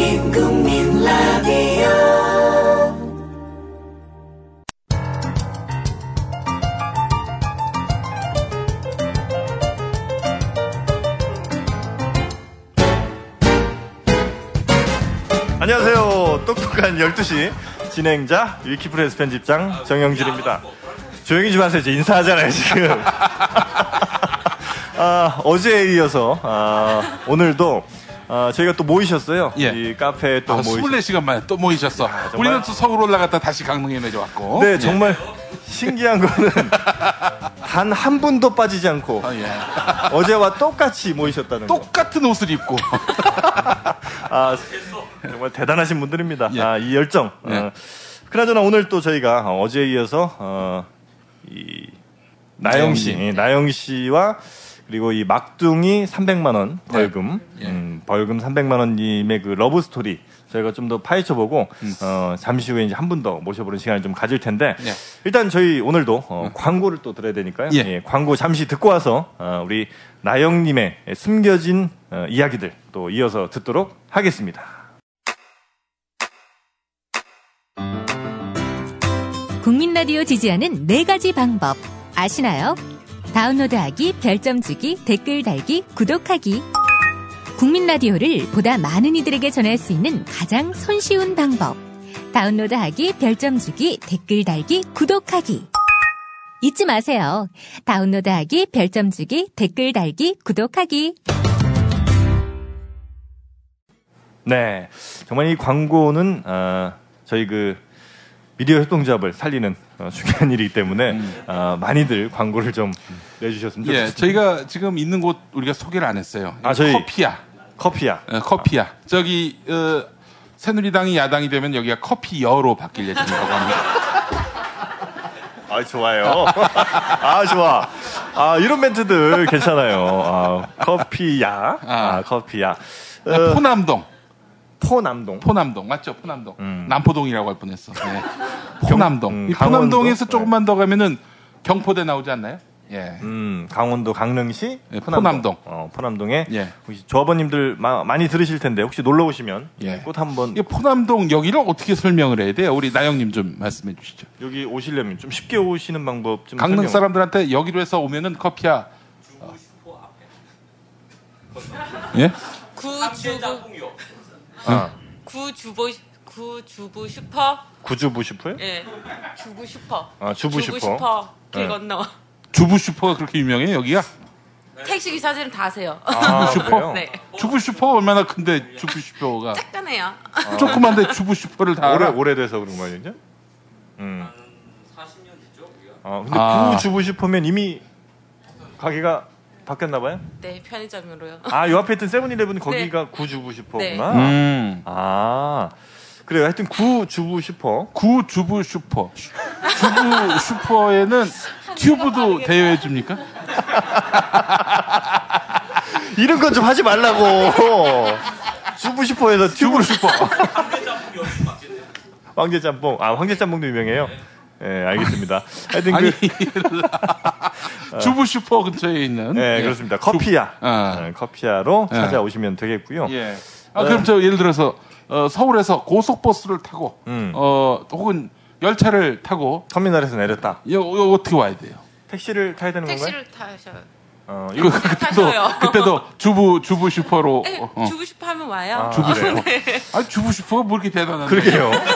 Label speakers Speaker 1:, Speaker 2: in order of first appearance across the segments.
Speaker 1: 국민 라디오
Speaker 2: 안녕하세요. 똑똑한 12시 진행자 위키프레스 편집장 정영진입니다. 조용히 좀 하세요. 지금 인사하잖아요, 지금. 아, 어제에 이어서 아, 오늘도 아, 저희가 또 모이셨어요.
Speaker 3: 예.
Speaker 2: 이 카페에 또
Speaker 3: 아,
Speaker 2: 모이셨
Speaker 3: 24시간 만에 또 모이셨어.
Speaker 2: 정말?
Speaker 3: 우리는 또 서울 올라갔다 다시 강릉에 내려왔고.
Speaker 2: 네, 정말 신기한 거는 단 한 분도 빠지지 않고
Speaker 3: 예. 아, 예.
Speaker 2: 어제와 똑같이 모이셨다는 거.
Speaker 3: 똑같은 옷을 입고.
Speaker 2: 아, 정말 대단하신 분들입니다.
Speaker 3: 예.
Speaker 2: 아, 이 열정.
Speaker 3: 예.
Speaker 2: 어, 그나저나 오늘 또 저희가 어제에 이어서 어, 이 나영 씨, 예,
Speaker 3: 나영
Speaker 2: 나영 씨와 그리고 이 막둥이 300만 원 벌금,
Speaker 3: 예.
Speaker 2: 음, 벌금 300만 원님의 그 러브 스토리 저희가 좀 더 파헤쳐보고 어, 잠시 후에 이제 한 분 더 모셔보는 시간을 좀 가질 텐데
Speaker 3: 음. 예.
Speaker 2: 일단 저희 오늘도 어, 광고를 또 들어야 되니까요.
Speaker 3: 음. 예.
Speaker 2: 예, 광고 잠시 듣고 와서 어, 우리 나영님의 숨겨진 어, 이야기들 또 이어서 듣도록 하겠습니다.
Speaker 4: 국민 라디오 지지하는 네 가지 방법 아시나요? 다운로드하기, 별점 주기, 댓글 달기, 구독하기. 국민 라디오를 보다 많은 이들에게 전할 수 있는 가장 손쉬운 방법. 다운로드하기, 별점 주기, 댓글 달기, 구독하기. 잊지 마세요. 다운로드하기, 별점 주기, 댓글 달기, 구독하기.
Speaker 2: 네, 정말 이 광고는 어, 저희 그 미디어 협동조합을 살리는 어, 중요한 일이기 때문에 어, 많이들 광고를 좀 내주셨으면
Speaker 3: 음. 예.
Speaker 2: 좋겠습니다.
Speaker 3: 저희가 지금 있는 곳 우리가 소개를 안 했어요.
Speaker 2: 아, 저희- 아.
Speaker 3: 커피야.
Speaker 2: 커피야.
Speaker 3: 어, 커피야. 저기, 어, 새누리당이 야당이 되면 여기가 커피여로 바뀔 예정이라고 합니다.
Speaker 2: 아 좋아요. 아 좋아. 아 이런 멘트들 괜찮아요. 아, 커피야. 아 커피야. 어,
Speaker 3: 네, 포남동.
Speaker 2: 포남동.
Speaker 3: 포남동. 맞죠? 포남동. 남포동이라고 할 뻔했어. 네. 포남동.
Speaker 2: 음. 경- 음,
Speaker 3: 이
Speaker 2: 강원도?
Speaker 3: 포남동에서
Speaker 2: 네.
Speaker 3: 조금만 더 가면은 경포대 나오지 않나요? 예.
Speaker 2: 음, 강원도 강릉시
Speaker 3: 예,
Speaker 2: 포남동.
Speaker 3: 포남동.
Speaker 2: 어, 포남동에
Speaker 3: 예.
Speaker 2: 혹시 조합원님들 마- 많이 들으실 텐데 혹시 놀러 오시면
Speaker 3: 예.
Speaker 2: 꼭 한번
Speaker 3: 이 포남동 여기를 어떻게 설명을 해야 돼요? 우리 나영님 좀 말씀해 주시죠.
Speaker 2: 여기 오시려면 좀 쉽게 오시는 방법 좀
Speaker 3: 음, 강릉
Speaker 2: 설명.
Speaker 3: 사람들한테 여기로 해서 오면은 커피야. 어. 예?
Speaker 5: 구주부
Speaker 2: 아,
Speaker 5: 구주보 구주부 슈퍼
Speaker 2: 구주부 슈퍼요?
Speaker 5: 예 주부 슈퍼
Speaker 2: 아, 주부 슈퍼.
Speaker 5: 길
Speaker 2: 예.
Speaker 5: 건너
Speaker 3: 주부 슈퍼가 그렇게 유명해 여기가?
Speaker 5: 택시 기사들은 다 아세요
Speaker 2: 아,
Speaker 3: 주부
Speaker 2: 그래요?
Speaker 3: 슈퍼?
Speaker 5: 네
Speaker 3: 주부 슈퍼 얼마나 큰데 주부 슈퍼가
Speaker 5: 약간해요
Speaker 2: 아.
Speaker 3: 조그만데 주부 슈퍼를 다
Speaker 2: 오래
Speaker 3: 알아?
Speaker 2: 오래돼서 그런 거 아니냐? 음.
Speaker 5: 40년 됐죠 우리가
Speaker 2: 아, 근데
Speaker 3: 아.
Speaker 2: 구주부 슈퍼면 이미 가게가 바뀌었나 봐요?
Speaker 5: 네 편의점으로요
Speaker 2: 아, 요 앞에 있던 세븐일레븐 거기가 구주부 슈퍼구나.
Speaker 3: 음.
Speaker 2: 아. 그래요. 하여튼 구주부 슈퍼.
Speaker 3: 구 주부 슈퍼. 주부 슈퍼에는 튜브도 대여해 줍니까?
Speaker 2: 이런 건 좀 하지 말라고. 주부 슈퍼에서 튜브
Speaker 3: 주부 슈퍼.
Speaker 2: 황제 짬뽕. 아, 황제 짬뽕도 유명해요. 예, 알겠습니다. 하여튼
Speaker 3: 아니 예.
Speaker 2: 그
Speaker 3: 주부 슈퍼 근처에 있는.
Speaker 2: 예,
Speaker 3: 예.
Speaker 2: 그렇습니다. 커피야.
Speaker 3: 아.
Speaker 2: 예, 커피야로
Speaker 3: 예.
Speaker 2: 찾아오시면 되겠고요.
Speaker 3: 예. 아, 그럼 저 예를 들어서 어, 서울에서 고속버스를 타고
Speaker 2: 음.
Speaker 3: 어, 혹은 열차를 타고
Speaker 2: 터미널에서 내렸다.
Speaker 3: 요, 요 어떻게 와야 돼요?
Speaker 2: 택시를 타야 되는 건가요?
Speaker 5: 택시를 타셔요
Speaker 2: 어,
Speaker 3: 그,
Speaker 2: 이거
Speaker 3: 그- 그때도
Speaker 5: 타셔요.
Speaker 3: 그때도 주부 주부 슈퍼로
Speaker 5: 네,
Speaker 3: 어, 어.
Speaker 5: 주부 슈퍼 하면 와요
Speaker 2: 아,
Speaker 3: 주부
Speaker 2: 아,
Speaker 3: 슈퍼.
Speaker 2: 그래요?
Speaker 3: 아 주부 슈퍼가 뭐 이렇게 대단한
Speaker 2: 그러게요.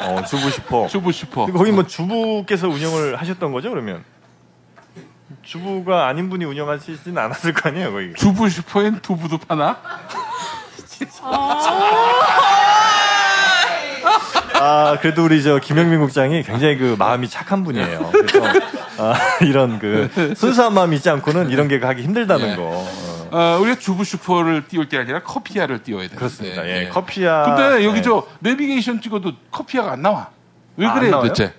Speaker 2: 어, 주부 슈퍼.
Speaker 3: 주부 슈퍼.
Speaker 2: 근데 거기 뭐 주부께서 운영을 하셨던 거죠, 그러면? 주부가 아닌 분이 운영하시진 않았을 거 아니에요, 거기.
Speaker 3: 주부 슈퍼엔 두부도 파나?
Speaker 2: 아, 그래도 우리 저 김영민 국장이 굉장히 그 마음이 착한 분이에요. 그래서 아, 이런 그 순수한 마음이 있지 않고는 이런 게 가기 힘들다는
Speaker 3: 예.
Speaker 2: 거. 어,
Speaker 3: 어, 우리가 주부 슈퍼를 띄울 게 아니라 커피야를 띄워야 돼.
Speaker 2: 그렇습니다. 예, 커피야.
Speaker 3: 근데 여기
Speaker 2: 예.
Speaker 3: 저 내비게이션 찍어도 커피야가 안 나와. 왜
Speaker 2: 아, 안
Speaker 3: 그래요,
Speaker 2: 나와요?
Speaker 3: 대체?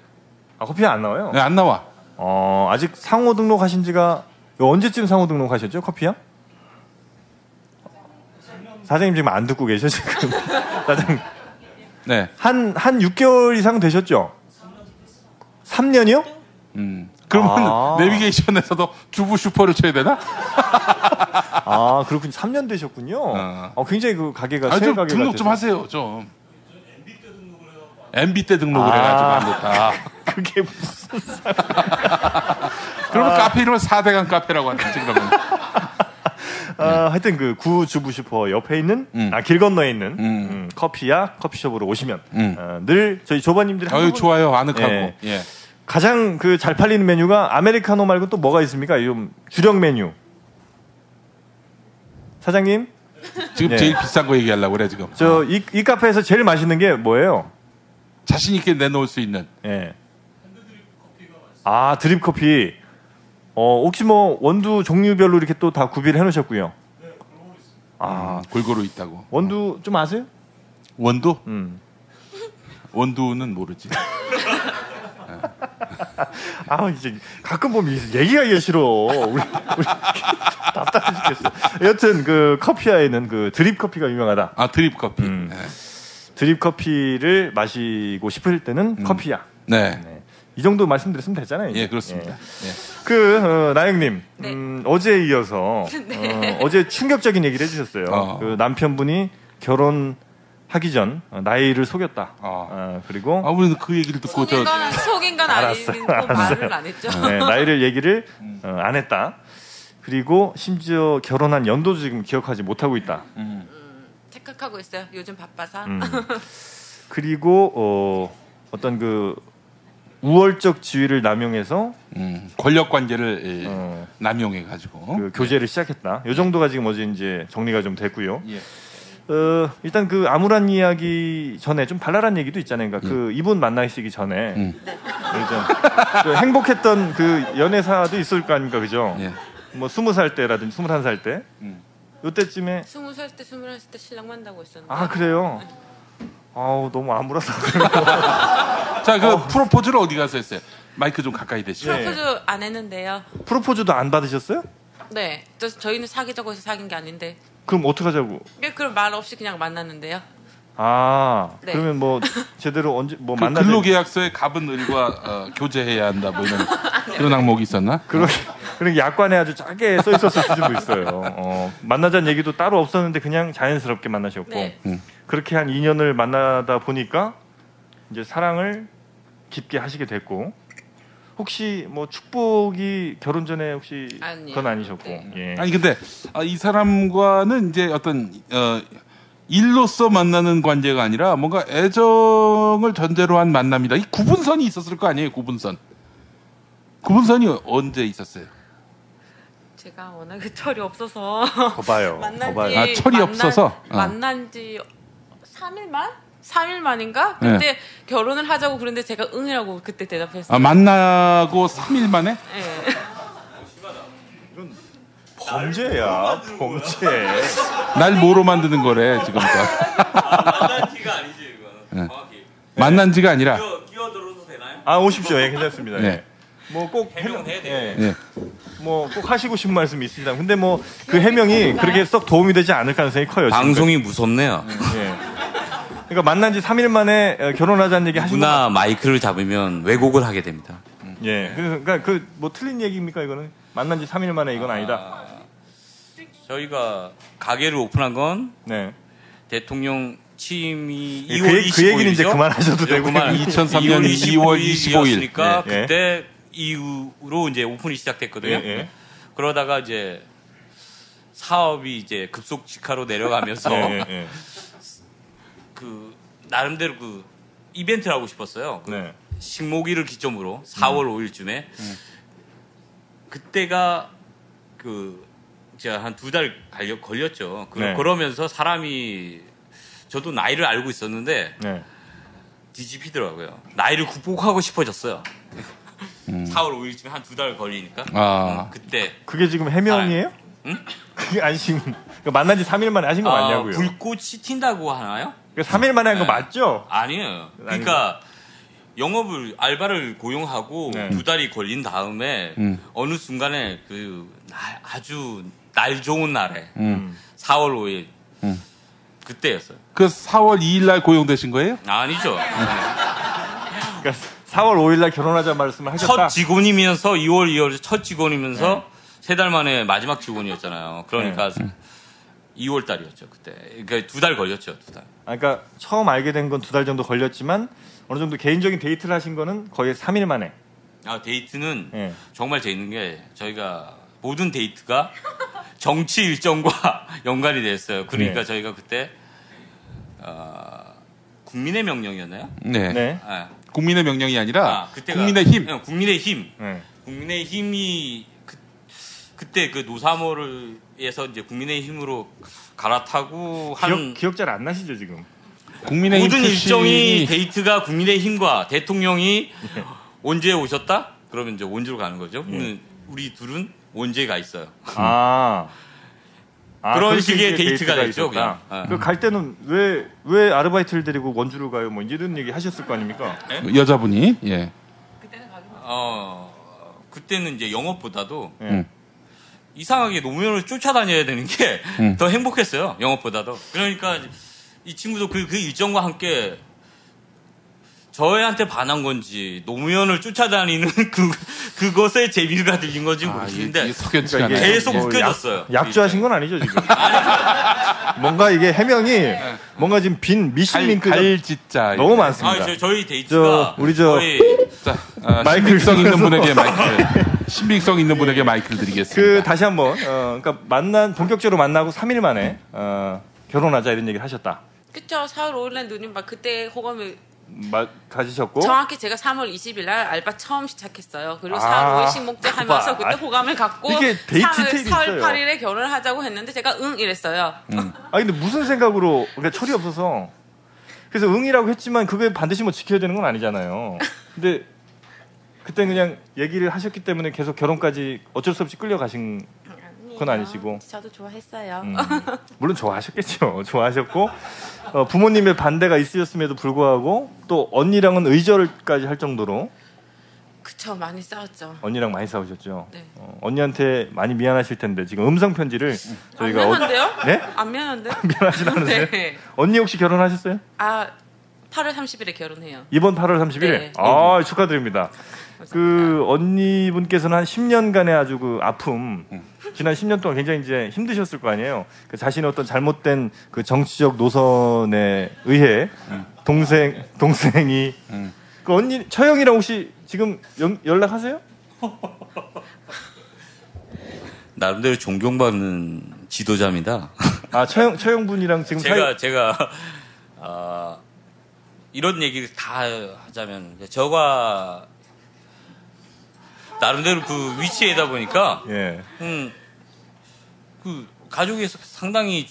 Speaker 2: 아, 커피야 안 나와요?
Speaker 3: 네, 안 나와.
Speaker 2: 어, 아직 상호 등록하신 지가 언제쯤 상호 등록하셨죠? 커피야? 사장님 지금 안 듣고 계셔 지금. 사장
Speaker 3: 네.
Speaker 2: 한한 6개월 이상 되셨죠? 3년이요?
Speaker 3: 음. 그러면
Speaker 2: 아.
Speaker 3: 내비게이션에서도 주부 슈퍼를 쳐야 되나?
Speaker 2: 아 그렇군요. 3년 되셨군요.
Speaker 3: 어.
Speaker 2: 어, 굉장히 그 가게가
Speaker 3: 아,
Speaker 2: 새
Speaker 3: 좀
Speaker 2: 가게가
Speaker 3: 등록 좀
Speaker 2: 돼서.
Speaker 3: 하세요. 좀. MB 때 등록을
Speaker 2: 아.
Speaker 3: 해가지고 안 됐다.
Speaker 2: 그게 무슨
Speaker 3: 그러면 카페 이름을 4대강 카페라고 하는지 그러면.
Speaker 2: 아, 하여튼 그 구주부 슈퍼 옆에 있는
Speaker 3: 예. 음.
Speaker 2: 아 길 건너에 있는
Speaker 3: 음.
Speaker 2: 음, 커피야 커피숍으로 오시면
Speaker 3: 음.
Speaker 2: 어, 늘 저희 조반님들이 한
Speaker 3: 아유
Speaker 2: 부분
Speaker 3: 좋아요 아늑하고.
Speaker 2: 예.
Speaker 3: 예.
Speaker 2: 가장 그 잘 팔리는 메뉴가 아메리카노 말고 또 뭐가 있습니까? 좀 주력 메뉴 사장님
Speaker 3: 지금
Speaker 2: 예.
Speaker 3: 제일 비싼 거 얘기하려고 그래 지금.
Speaker 2: 저 이 이 카페에서 제일 맛있는 게 뭐예요?
Speaker 3: 자신 있게 내놓을 수 있는.
Speaker 2: 예. 아 드립 커피. 어 혹시 뭐 원두 종류별로 이렇게 또 다 구비를 해놓으셨고요.
Speaker 3: 아 골고루 있다고.
Speaker 2: 원두 좀 아세요?
Speaker 3: 원두?
Speaker 2: 음.
Speaker 3: 원두는 모르지.
Speaker 2: 아 이제 가끔 보면 얘기하기가 싫어. 우리, 우리 답답해 죽겠어. 여튼 그 커피야에는 그 드립 커피가 유명하다.
Speaker 3: 아 드립 커피.
Speaker 2: 음.
Speaker 3: 예.
Speaker 2: 드립 커피를 마시고 싶을 때는 커피야.
Speaker 3: 네.
Speaker 2: 네. 이 정도 말씀드렸으면 되잖아요. 이제.
Speaker 3: 음. 예 그렇습니다.
Speaker 2: 예.
Speaker 3: 예.
Speaker 2: 그 어, 나영님 음, 어제에 이어서 어, 제 충격적인 얘기를 해주셨어요.
Speaker 3: 어.
Speaker 2: 그 남편분이 결혼하기 전 어, 나이를 속였다.
Speaker 3: 어.
Speaker 2: 어, 그리고
Speaker 3: 아 우리는 그 얘기를 듣고 저
Speaker 5: 속인 건 속인 건 아니고 말을 안 했죠.
Speaker 2: 네, 나이를 얘기를
Speaker 3: 음.
Speaker 2: 어, 안 했다. 그리고 심지어 결혼한 연도도 지금 기억하지 못하고 있다.
Speaker 3: 음.
Speaker 5: 착각하고 있어요. 요즘 바빠서.
Speaker 2: 음. 그리고 어, 어떤 그 우월적 지위를 남용해서 그
Speaker 3: 음, 권력 관계를 예,
Speaker 2: 어.
Speaker 3: 남용해 가지고.
Speaker 2: 그 교제를 시작했다. 요 정도가 지금 어제 이제 정리가 좀 됐고요.
Speaker 3: 예.
Speaker 2: 어, 일단 그 암울한 이야기 전에 좀 발랄한 얘기도 있잖아요. 그러니까 그 이분 만나시기 전에
Speaker 3: 예.
Speaker 2: 그
Speaker 3: 음.
Speaker 2: 그죠? 그 행복했던 그 연애사도 있을 거 아닙니까, 그죠?
Speaker 3: 예.
Speaker 2: 뭐 스무 살 때라든지 스물한 살 때,
Speaker 3: 음.
Speaker 2: 요때쯤에
Speaker 5: 스무 살 때, 스물한 살 때 신랑 만나고 있었는데.
Speaker 2: 아 그래요. 아우 너무 암울하다.
Speaker 3: 자그 프로포즈를 어디 가서 했어요? 마이크 좀 가까이 대시고.
Speaker 2: 네.
Speaker 5: 프로포즈 안 했는데요.
Speaker 2: 프로포즈도 안 받으셨어요?
Speaker 5: 네. 또 저희는 사귀자고 해서 사귄 게 아닌데.
Speaker 2: 그럼 어떡 하자고?
Speaker 5: 그- 그럼 말 없이 그냥 만났는데요.
Speaker 2: 아
Speaker 5: 네.
Speaker 2: 그러면 뭐 제대로 언제 뭐
Speaker 3: 그
Speaker 2: 만나
Speaker 3: 근로계약서에 갑은 을과 어, 교제해야 한다 뭐 이런 그런 항목이 있었나?
Speaker 2: 그런 그런 게 그러니까 약관에 아주 작게 써 있었을 수도 있어요. 어, 만나자는 얘기도 따로 없었는데 그냥 자연스럽게 만나셨고
Speaker 5: 네.
Speaker 2: 그렇게 한 2년을 만나다 보니까 이제 사랑을 깊게 하시게 됐고 혹시 뭐 축복이 결혼 전에 혹시
Speaker 5: 아니요.
Speaker 2: 그건 아니셨고
Speaker 5: 네.
Speaker 2: 예.
Speaker 3: 아니 근데 아, 이 사람과는 이제 어떤 어, 일로서 만나는 관계가 아니라 뭔가 애정을 전제로 한 만남이다. 이 구분선이 있었을 거 아니에요, 구분선. 구분선이 언제 있었어요?
Speaker 5: 제가 워낙에 철이 없어서
Speaker 2: 더 봐요. 더
Speaker 5: 만난
Speaker 2: 봐요.
Speaker 5: 지
Speaker 3: 아, 철이 없어서? 어.
Speaker 5: 만난 지 3일만? 3일만인가?
Speaker 3: 네.
Speaker 5: 그때 결혼을 하자고 그런데 제가 응이라고 그때 대답했어요.
Speaker 3: 아, 만나고 3일 만에
Speaker 5: 예.
Speaker 2: 범죄야 범죄.
Speaker 3: 날 뭐로 만드는 거래 지금
Speaker 6: 만난지가 아니지 이거는 정확히
Speaker 3: 만난 지가 아니라
Speaker 6: 끼어, 끼어들어도 되나요?
Speaker 2: 네. 아 오십시오. 예, 괜찮습니다.
Speaker 3: 네.
Speaker 2: 뭐 꼭
Speaker 6: 해명해야 돼요.
Speaker 2: 예.
Speaker 3: 예.
Speaker 2: 뭐 꼭 하시고 싶은 말씀이 있습니다. 근데 뭐 그 해명이 그렇게 썩 도움이 되지 않을 가능성이 커요. 지금.
Speaker 6: 방송이 무섭네요.
Speaker 2: 예. 그러니까 만난 지 3일 만에 어, 결혼하자는 얘기 하신 거.
Speaker 6: 누나 네. 마이크를 잡으면 왜곡을 하게 됩니다.
Speaker 2: 예. 그래서 그러니까 그 뭐 틀린 얘기입니까 이거는? 만난 지 3일 만에 이건 아니다.
Speaker 6: 저희가 가게를 오픈한 건
Speaker 2: 네.
Speaker 6: 대통령 취임이
Speaker 2: 예,
Speaker 6: 2월
Speaker 2: 그 얘-
Speaker 6: 25일이죠. 예,
Speaker 2: 그 얘기는 이제 그만하셔도 되고요.
Speaker 3: 2003년 2월 25일.
Speaker 6: 이었으니까
Speaker 2: 예, 예.
Speaker 6: 그때 이후로 이제 오픈이 시작됐거든요.
Speaker 2: 예, 예.
Speaker 6: 그러다가 이제 사업이 이제 급속 직하로 내려가면서
Speaker 2: 예, 예, 예.
Speaker 6: 그 나름대로 그 이벤트를 하고 싶었어요. 그
Speaker 2: 네.
Speaker 6: 식목일을 기점으로 4월
Speaker 2: 음.
Speaker 6: 5일쯤에 그때가 그 제가 한 두 달 걸렸죠. 그,
Speaker 2: 네.
Speaker 6: 그러면서 사람이 저도 나이를 알고 있었는데
Speaker 2: 네.
Speaker 6: 뒤집히더라고요. 나이를 극복하고 싶어졌어요.
Speaker 2: 음.
Speaker 6: 4월 5일쯤에 한 두 달 걸리니까
Speaker 3: 아.
Speaker 6: 음, 그때
Speaker 2: 그게 지금 해명이에요? 그게 아니 지금 그러니까 만난 지 3일 만에 하신 거
Speaker 6: 아,
Speaker 2: 맞냐고요.
Speaker 6: 불꽃이 튄다고 하나요?
Speaker 2: 그 3일 만에 한 거
Speaker 6: 네.
Speaker 2: 맞죠?
Speaker 6: 아니에요. 그러니까 영업을 알바를 고용하고
Speaker 2: 네.
Speaker 6: 두 달이 걸린 다음에 어느 순간에 그 날- 아주 날 좋은 날에 4월 5일 음. 그때였어요. 아,
Speaker 3: 그 4월 2일 날 고용되신 거예요?
Speaker 6: 네. 아니죠.
Speaker 2: 그러니까 4월 5일날 결혼하자 말씀을 하셨다.
Speaker 6: 첫 직원이면서 2월 2월 첫 직원이면서 세 달 만에 마지막 직원이었잖아요. 그러니까 2월 달이었죠 그때. 그러니까 두 달 걸렸죠 두 달.
Speaker 2: 아, 그러니까 처음 알게 된 건 두 달 정도 걸렸지만 어느 정도 개인적인 데이트를 하신 거는 거의 3일 만에.
Speaker 6: 아 데이트는
Speaker 2: 예.
Speaker 6: 정말 재밌는 게 저희가 모든 데이트가 정치 일정과 연관이 됐어요. 그러니까
Speaker 2: 네.
Speaker 6: 저희가 그때 어, 국민의 명령이었나요?
Speaker 3: 네.
Speaker 2: 네.
Speaker 6: 아,
Speaker 3: 국민의 명령이 아니라
Speaker 6: 아, 그때가-
Speaker 3: 국민의 힘.
Speaker 6: 예, 국민의 힘.
Speaker 2: 예.
Speaker 6: 국민의 힘이 그, 그때 그 노사모를 해서 이제 국민의 힘으로 갈아타고 한
Speaker 2: 기억 기억 잘 안 나시죠 지금?
Speaker 3: 국민의 힘
Speaker 6: 모든 일정이
Speaker 3: 출신이
Speaker 6: 데이트가 국민의 힘과 대통령이 언제 오셨다? 그러면 이제 원주로 가는 거죠.
Speaker 3: 네.
Speaker 6: 그러면 우리 둘은 원주에 가 있어요.
Speaker 2: 아. 아,
Speaker 6: 그런
Speaker 2: 그렇게
Speaker 6: 식의
Speaker 2: 이제
Speaker 6: 데이트가 됐죠,
Speaker 2: 있었다.
Speaker 6: 그냥. 예.
Speaker 2: 그갈 때는 왜 왜 아르바이트를 데리고 원주로 가요? 뭐 이런 얘기 하셨을 거 아닙니까?
Speaker 3: 여자분이 예.
Speaker 6: 어, 그때는 이제 영업보다도
Speaker 2: 예.
Speaker 3: 음.
Speaker 6: 이상하게 노무현을 쫓아다녀야 되는 게 더
Speaker 3: 음.
Speaker 6: 행복했어요. 영업보다도. 그러니까 이 친구도 그, 그 일정과 함께 저한테 반한 건지 노무현을 쫓아다니는 그, 그것의 재미가 들린 건지
Speaker 3: 아, 이게,
Speaker 6: 모르겠는데
Speaker 3: 이게 석연치
Speaker 2: 그러니까
Speaker 3: 않아요.
Speaker 2: 이게
Speaker 6: 계속
Speaker 2: 뭐 약-
Speaker 6: 웃겨졌어요.
Speaker 2: 약주하신 건 아니죠 지금? 뭔가 이게 해명이 뭔가 지금 빈 미신
Speaker 3: 갈,
Speaker 2: 링크가
Speaker 3: 갈짓자
Speaker 2: 너무
Speaker 6: 아,
Speaker 2: 많습니다.
Speaker 6: 저, 저희 데이트가
Speaker 2: 저, 우리 저-
Speaker 6: 거의
Speaker 3: 자, 아,
Speaker 2: 마이클
Speaker 3: 신빙성 있는
Speaker 2: 쓰면서.
Speaker 3: 분에게 마이클. 신빙성 있는 분에게 마이클
Speaker 2: 그
Speaker 3: 드리겠습니다.
Speaker 2: 다시 한번 어, 그러니까 만난 본격적으로 만나고 3일 만에 어, 결혼하자 이런 얘기를 하셨다.
Speaker 5: 그쵸 4월 5일날 누님 막 그때 호감을
Speaker 2: 말 가지셨고
Speaker 5: 정확히 제가 3월 20일 날 알바 처음 시작했어요. 그리고
Speaker 2: 어? 아,
Speaker 5: 4월 5일 식목제
Speaker 2: 알바.
Speaker 5: 하면서 그때
Speaker 2: 아,
Speaker 5: 호감을 갖고
Speaker 2: 이게 데이트
Speaker 5: 4월,
Speaker 2: 테일이
Speaker 5: 4월
Speaker 2: 있어요.
Speaker 5: 8일에 결혼을 하자고 했는데 제가 응 이랬어요.
Speaker 2: 아 근데 무슨 생각으로 그러니까 철이 없어서 그래서 응이라고 했지만 그게 반드시 뭐 지켜야 되는 건 아니잖아요. 근데 그때 그냥 얘기를 하셨기 때문에 계속 결혼까지 어쩔 수 없이 끌려가신 그건 아니시고.
Speaker 5: 저도 좋아했어요.
Speaker 2: 음, 물론 좋아하셨겠죠. 좋아하셨고 어, 부모님의 반대가 있으셨음에도 불구하고 또 언니랑은 의절까지 할 정도로
Speaker 5: 그쵸 많이 싸웠죠.
Speaker 2: 언니랑 많이 싸우셨죠.
Speaker 5: 네.
Speaker 2: 어, 언니한테 많이 미안하실 텐데 지금 음성 편지를
Speaker 5: 안
Speaker 2: 저희가 어-
Speaker 5: 미안한데요?
Speaker 2: 네?
Speaker 5: 안 미안한데요?
Speaker 2: 미안하진 않으세요?
Speaker 5: 네.
Speaker 2: 언니 혹시 결혼하셨어요?
Speaker 5: 아 8월 30일에 결혼해요.
Speaker 2: 이번 8월 30일.
Speaker 5: 네.
Speaker 2: 아 축하드립니다. 그 언니분께서는 한 10년간의 아주 그 아픔, 지난 10년 동안 굉장히 이제 힘드셨을 거 아니에요. 그 자신의 어떤 잘못된 그 정치적 노선에 의해 동생 동생이 그 언니 처형이랑 혹시 지금 연, 연락하세요?
Speaker 6: 나름대로 존경받는 지도자입니다.
Speaker 2: 아 처형 처형 분이랑 지금
Speaker 6: 제가
Speaker 2: 사이
Speaker 6: 제가 아, 이런 얘기를 다 하자면 저가 나름대로 그 위치에다 보니까
Speaker 2: 예.
Speaker 6: 음, 그 가족에서 상당히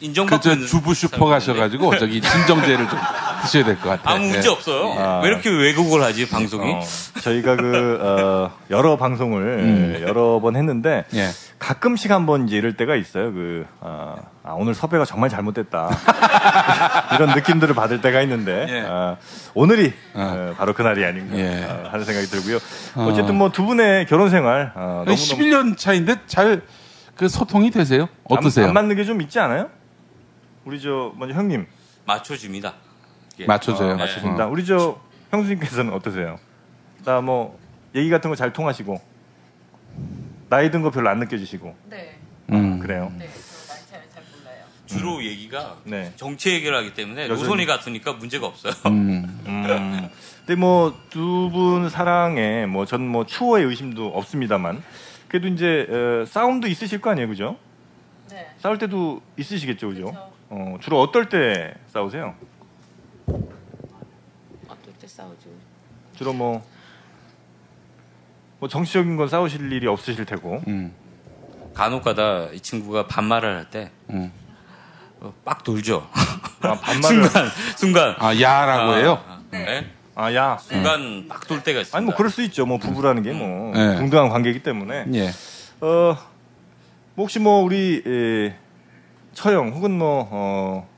Speaker 6: 인정받고
Speaker 3: 그저
Speaker 6: 있는
Speaker 3: 주부 슈퍼
Speaker 6: 사람인데
Speaker 2: 네.
Speaker 3: 가셔가지고 저기 진정제를 좀 드셔야 될 것 같아요. 네.
Speaker 6: 아무 문제 없어요.
Speaker 2: 아.
Speaker 6: 왜 이렇게 왜곡을 하지 방송이?
Speaker 2: 어,
Speaker 3: 예?
Speaker 2: 저희가 그 어, 여러 방송을 여러 번 했는데
Speaker 3: 음. 예.
Speaker 2: 가끔씩 한번 이제 이럴 때가 있어요. 그 아, 아, 오늘 섭외가 정말 잘못됐다 이런 느낌들을 받을 때가 있는데
Speaker 3: 예.
Speaker 2: 아, 오늘이
Speaker 3: 아.
Speaker 2: 어, 바로 그날이 아닌가
Speaker 3: 예.
Speaker 2: 아, 하는 생각이 들고요. 어쨌든 뭐 두 분의 결혼 생활 아, 너무
Speaker 3: 11년 차인데 잘 그 소통이 되세요? 어떠세요?
Speaker 2: 안, 맞는 게 좀 있지 않아요? 우리 저 먼저 형님
Speaker 6: 맞춰줍니다. 예.
Speaker 3: 맞춰줘요.
Speaker 2: 아, 맞추신다.
Speaker 3: 어.
Speaker 2: 우리 저 형수님께서는 어떠세요? 나 뭐 얘기 같은 거 잘 통하시고 나이 든 거 별로 안 느껴지시고
Speaker 5: 네.
Speaker 3: 음.
Speaker 2: 아, 그래요.
Speaker 5: 나이 차이를 잘 몰라요.
Speaker 6: 주로 얘기가
Speaker 2: 네.
Speaker 6: 정치 얘기를 하기 때문에
Speaker 2: 여전히-
Speaker 6: 노선이 같으니까 문제가 없어요.
Speaker 3: 음.
Speaker 2: 음. 근데 뭐 두 분 사랑에 뭐 전 뭐 추호의 의심도 없습니다만 그래도 이제 어, 싸움도 있으실 거 아니에요, 그죠?
Speaker 5: 네.
Speaker 2: 싸울 때도 있으시겠죠, 그죠? 어, 주로 어떨 때 싸우세요?
Speaker 5: 어떨 때 싸우죠?
Speaker 2: 주로 뭐, 뭐 정치적인 건 싸우실 일이 없으실 테고
Speaker 3: 음.
Speaker 6: 간혹가다 이 친구가 반말을 할 때 빡
Speaker 3: 음.
Speaker 6: 돌죠.
Speaker 2: 아, 반말을
Speaker 6: 순간 순간
Speaker 3: 아 야라고
Speaker 6: 아,
Speaker 3: 해요.
Speaker 6: 아, 네.
Speaker 2: 아 야.
Speaker 6: 순간 빡 돌 때가 있습니다.
Speaker 2: 아니 뭐 그럴 수 있죠. 뭐 부부라는 게 뭐
Speaker 3: 네.
Speaker 2: 동등한 관계이기 때문에.
Speaker 3: 예.
Speaker 2: 어, 뭐 혹시 뭐 우리 에, 처형 혹은 뭐 어,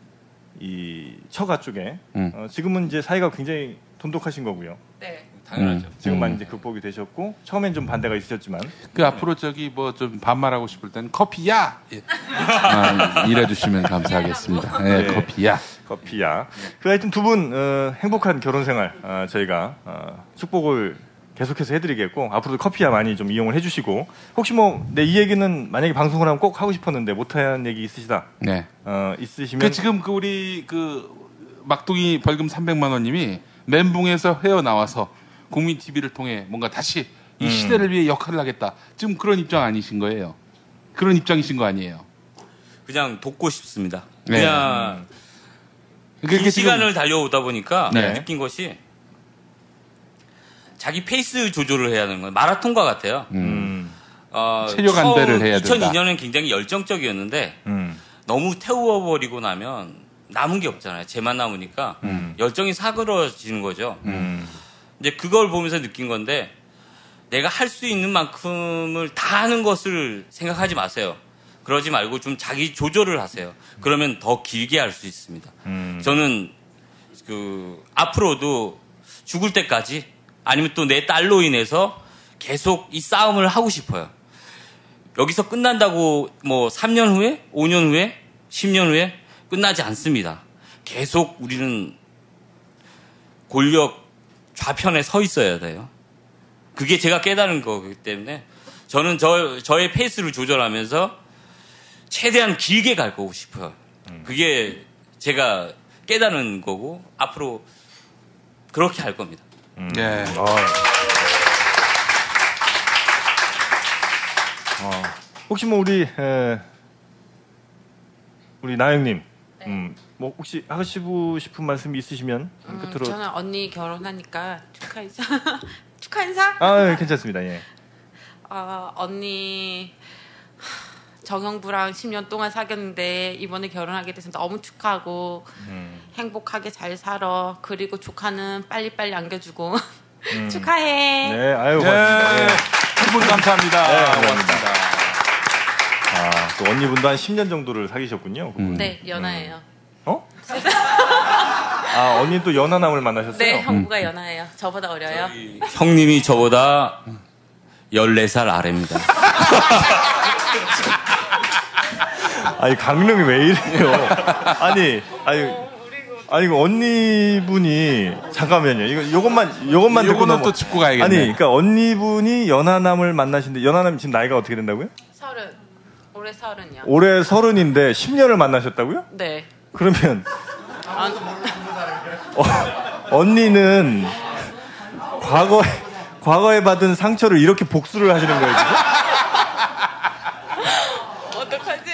Speaker 2: 이 처가 쪽에
Speaker 3: 음.
Speaker 2: 어, 지금은 이제 사이가 굉장히 돈독하신 거고요.
Speaker 5: 네.
Speaker 6: 당연하죠.
Speaker 3: 음.
Speaker 2: 지금 많이 이제 극복이 되셨고 처음엔 좀 반대가 있으셨지만
Speaker 3: 그 앞으로 저기 뭐 좀 반말하고 싶을 땐 커피야. 예. 아, 일해주시면 감사하겠습니다. 예,
Speaker 2: 네.
Speaker 3: 커피야.
Speaker 2: 커피야. 그 하여튼 두 분 행복한 결혼 생활 어, 저희가 어, 축복을 계속해서 해드리겠고 앞으로도 커피야 많이 좀 이용을 해주시고 혹시 뭐 내 이 얘기는 만약에 방송을 하면 꼭 하고 싶었는데 못한 얘기 있으시다
Speaker 3: 네.
Speaker 2: 어, 있으시면
Speaker 3: 그 지금 그 우리 그 막둥이 벌금 300만 원님이 멘붕에서 헤어 나와서 국민 TV를 통해 뭔가 다시
Speaker 2: 음.
Speaker 3: 이 시대를 위해 역할을 하겠다. 지금 그런 입장 아니신 거예요. 그런 입장이신 거 아니에요.
Speaker 6: 그냥 돕고 싶습니다.
Speaker 3: 네.
Speaker 6: 그냥
Speaker 3: 그게
Speaker 6: 긴
Speaker 3: 지금-
Speaker 6: 시간을 달려오다 보니까
Speaker 3: 네.
Speaker 6: 느낀 것이 자기 페이스 조절을 해야 하는 건 마라톤과 같아요.
Speaker 2: 음,
Speaker 6: 어,
Speaker 3: 체력
Speaker 6: 처음
Speaker 3: 안배를 해야 된다.
Speaker 6: 2002년엔 굉장히 열정적이었는데
Speaker 2: 음,
Speaker 6: 너무 태워버리고 나면 남은 게 없잖아요. 재만 남으니까 열정이 사그러지는 거죠.
Speaker 2: 음.
Speaker 6: 이제 그걸 보면서 느낀 건데 내가 할 수 있는 만큼을 다 하는 것을 생각하지 마세요. 그러지 말고 좀 자기 조절을 하세요. 그러면 더 길게 할 수 있습니다. 저는 그 앞으로도 죽을 때까지 아니면 또 내 딸로 인해서 계속 이 싸움을 하고 싶어요. 여기서 끝난다고 뭐 3년 후에, 5년 후에, 10년 후에 끝나지 않습니다. 계속 우리는 권력 좌편에 서 있어야 돼요. 그게 제가 깨달은 거기 때문에 저는 저, 저의 페이스를 조절하면서 최대한 길게 갈 거고 싶어요. 그게 제가 깨달은 거고 앞으로 그렇게 할 겁니다.
Speaker 3: 예.
Speaker 2: 어. 어. 혹시 뭐 우리 에, 우리 나영님,
Speaker 5: 네.
Speaker 2: 음, 뭐 혹시 하시고 싶은 말씀 있으시면
Speaker 5: 음,
Speaker 2: 끝으로.
Speaker 5: 저는 언니 결혼하니까 축하 인사. 축하 인사?
Speaker 2: 아 예, 괜찮습니다. 예.
Speaker 5: 어, 언니 하, 정영부랑 10년 동안 사귀었는데 이번에 결혼하게 돼서 너무 축하하고
Speaker 2: 음.
Speaker 5: 행복하게 잘 살아. 그리고 조카는 빨리빨리 안겨주고
Speaker 2: 음.
Speaker 5: 축하해.
Speaker 2: 네, 아유 고맙습니다.
Speaker 3: 예.
Speaker 2: 예.
Speaker 3: 두분 감사합니다.
Speaker 2: 네, 감사합니다.
Speaker 3: 고맙습니다.
Speaker 2: 아, 또 언니분도 한 10년 정도를 사귀셨군요. 그분.
Speaker 5: 네, 연하예요.
Speaker 2: 어? 아, 언니 또 연하남을 만나셨어요? 음.
Speaker 5: 네, 형부가 연하예요. 저보다 어려요.
Speaker 6: 형님이 저보다 14살 아래입니다.
Speaker 2: 아니 강릉이 왜 이래요? 아니, 아니, 아니 그 언니분이 잠깐만요. 이거 요것만 요것만 듣고
Speaker 3: 요거는
Speaker 2: 넘어-
Speaker 3: 또 짚고 가야겠네.
Speaker 2: 아니, 그러니까 언니분이 연하남을 만나신데 연하남이 지금 나이가 어떻게 된다고요?
Speaker 5: 서른. 올해 서른이요.
Speaker 2: 올해 서른인데 10년을 만나셨다고요?
Speaker 5: 네.
Speaker 2: 그러면
Speaker 5: 아,
Speaker 2: 어, 언니는 과거에 과거에 받은 상처를 이렇게 복수를 하시는 거예요 지금?
Speaker 5: 어떡하지?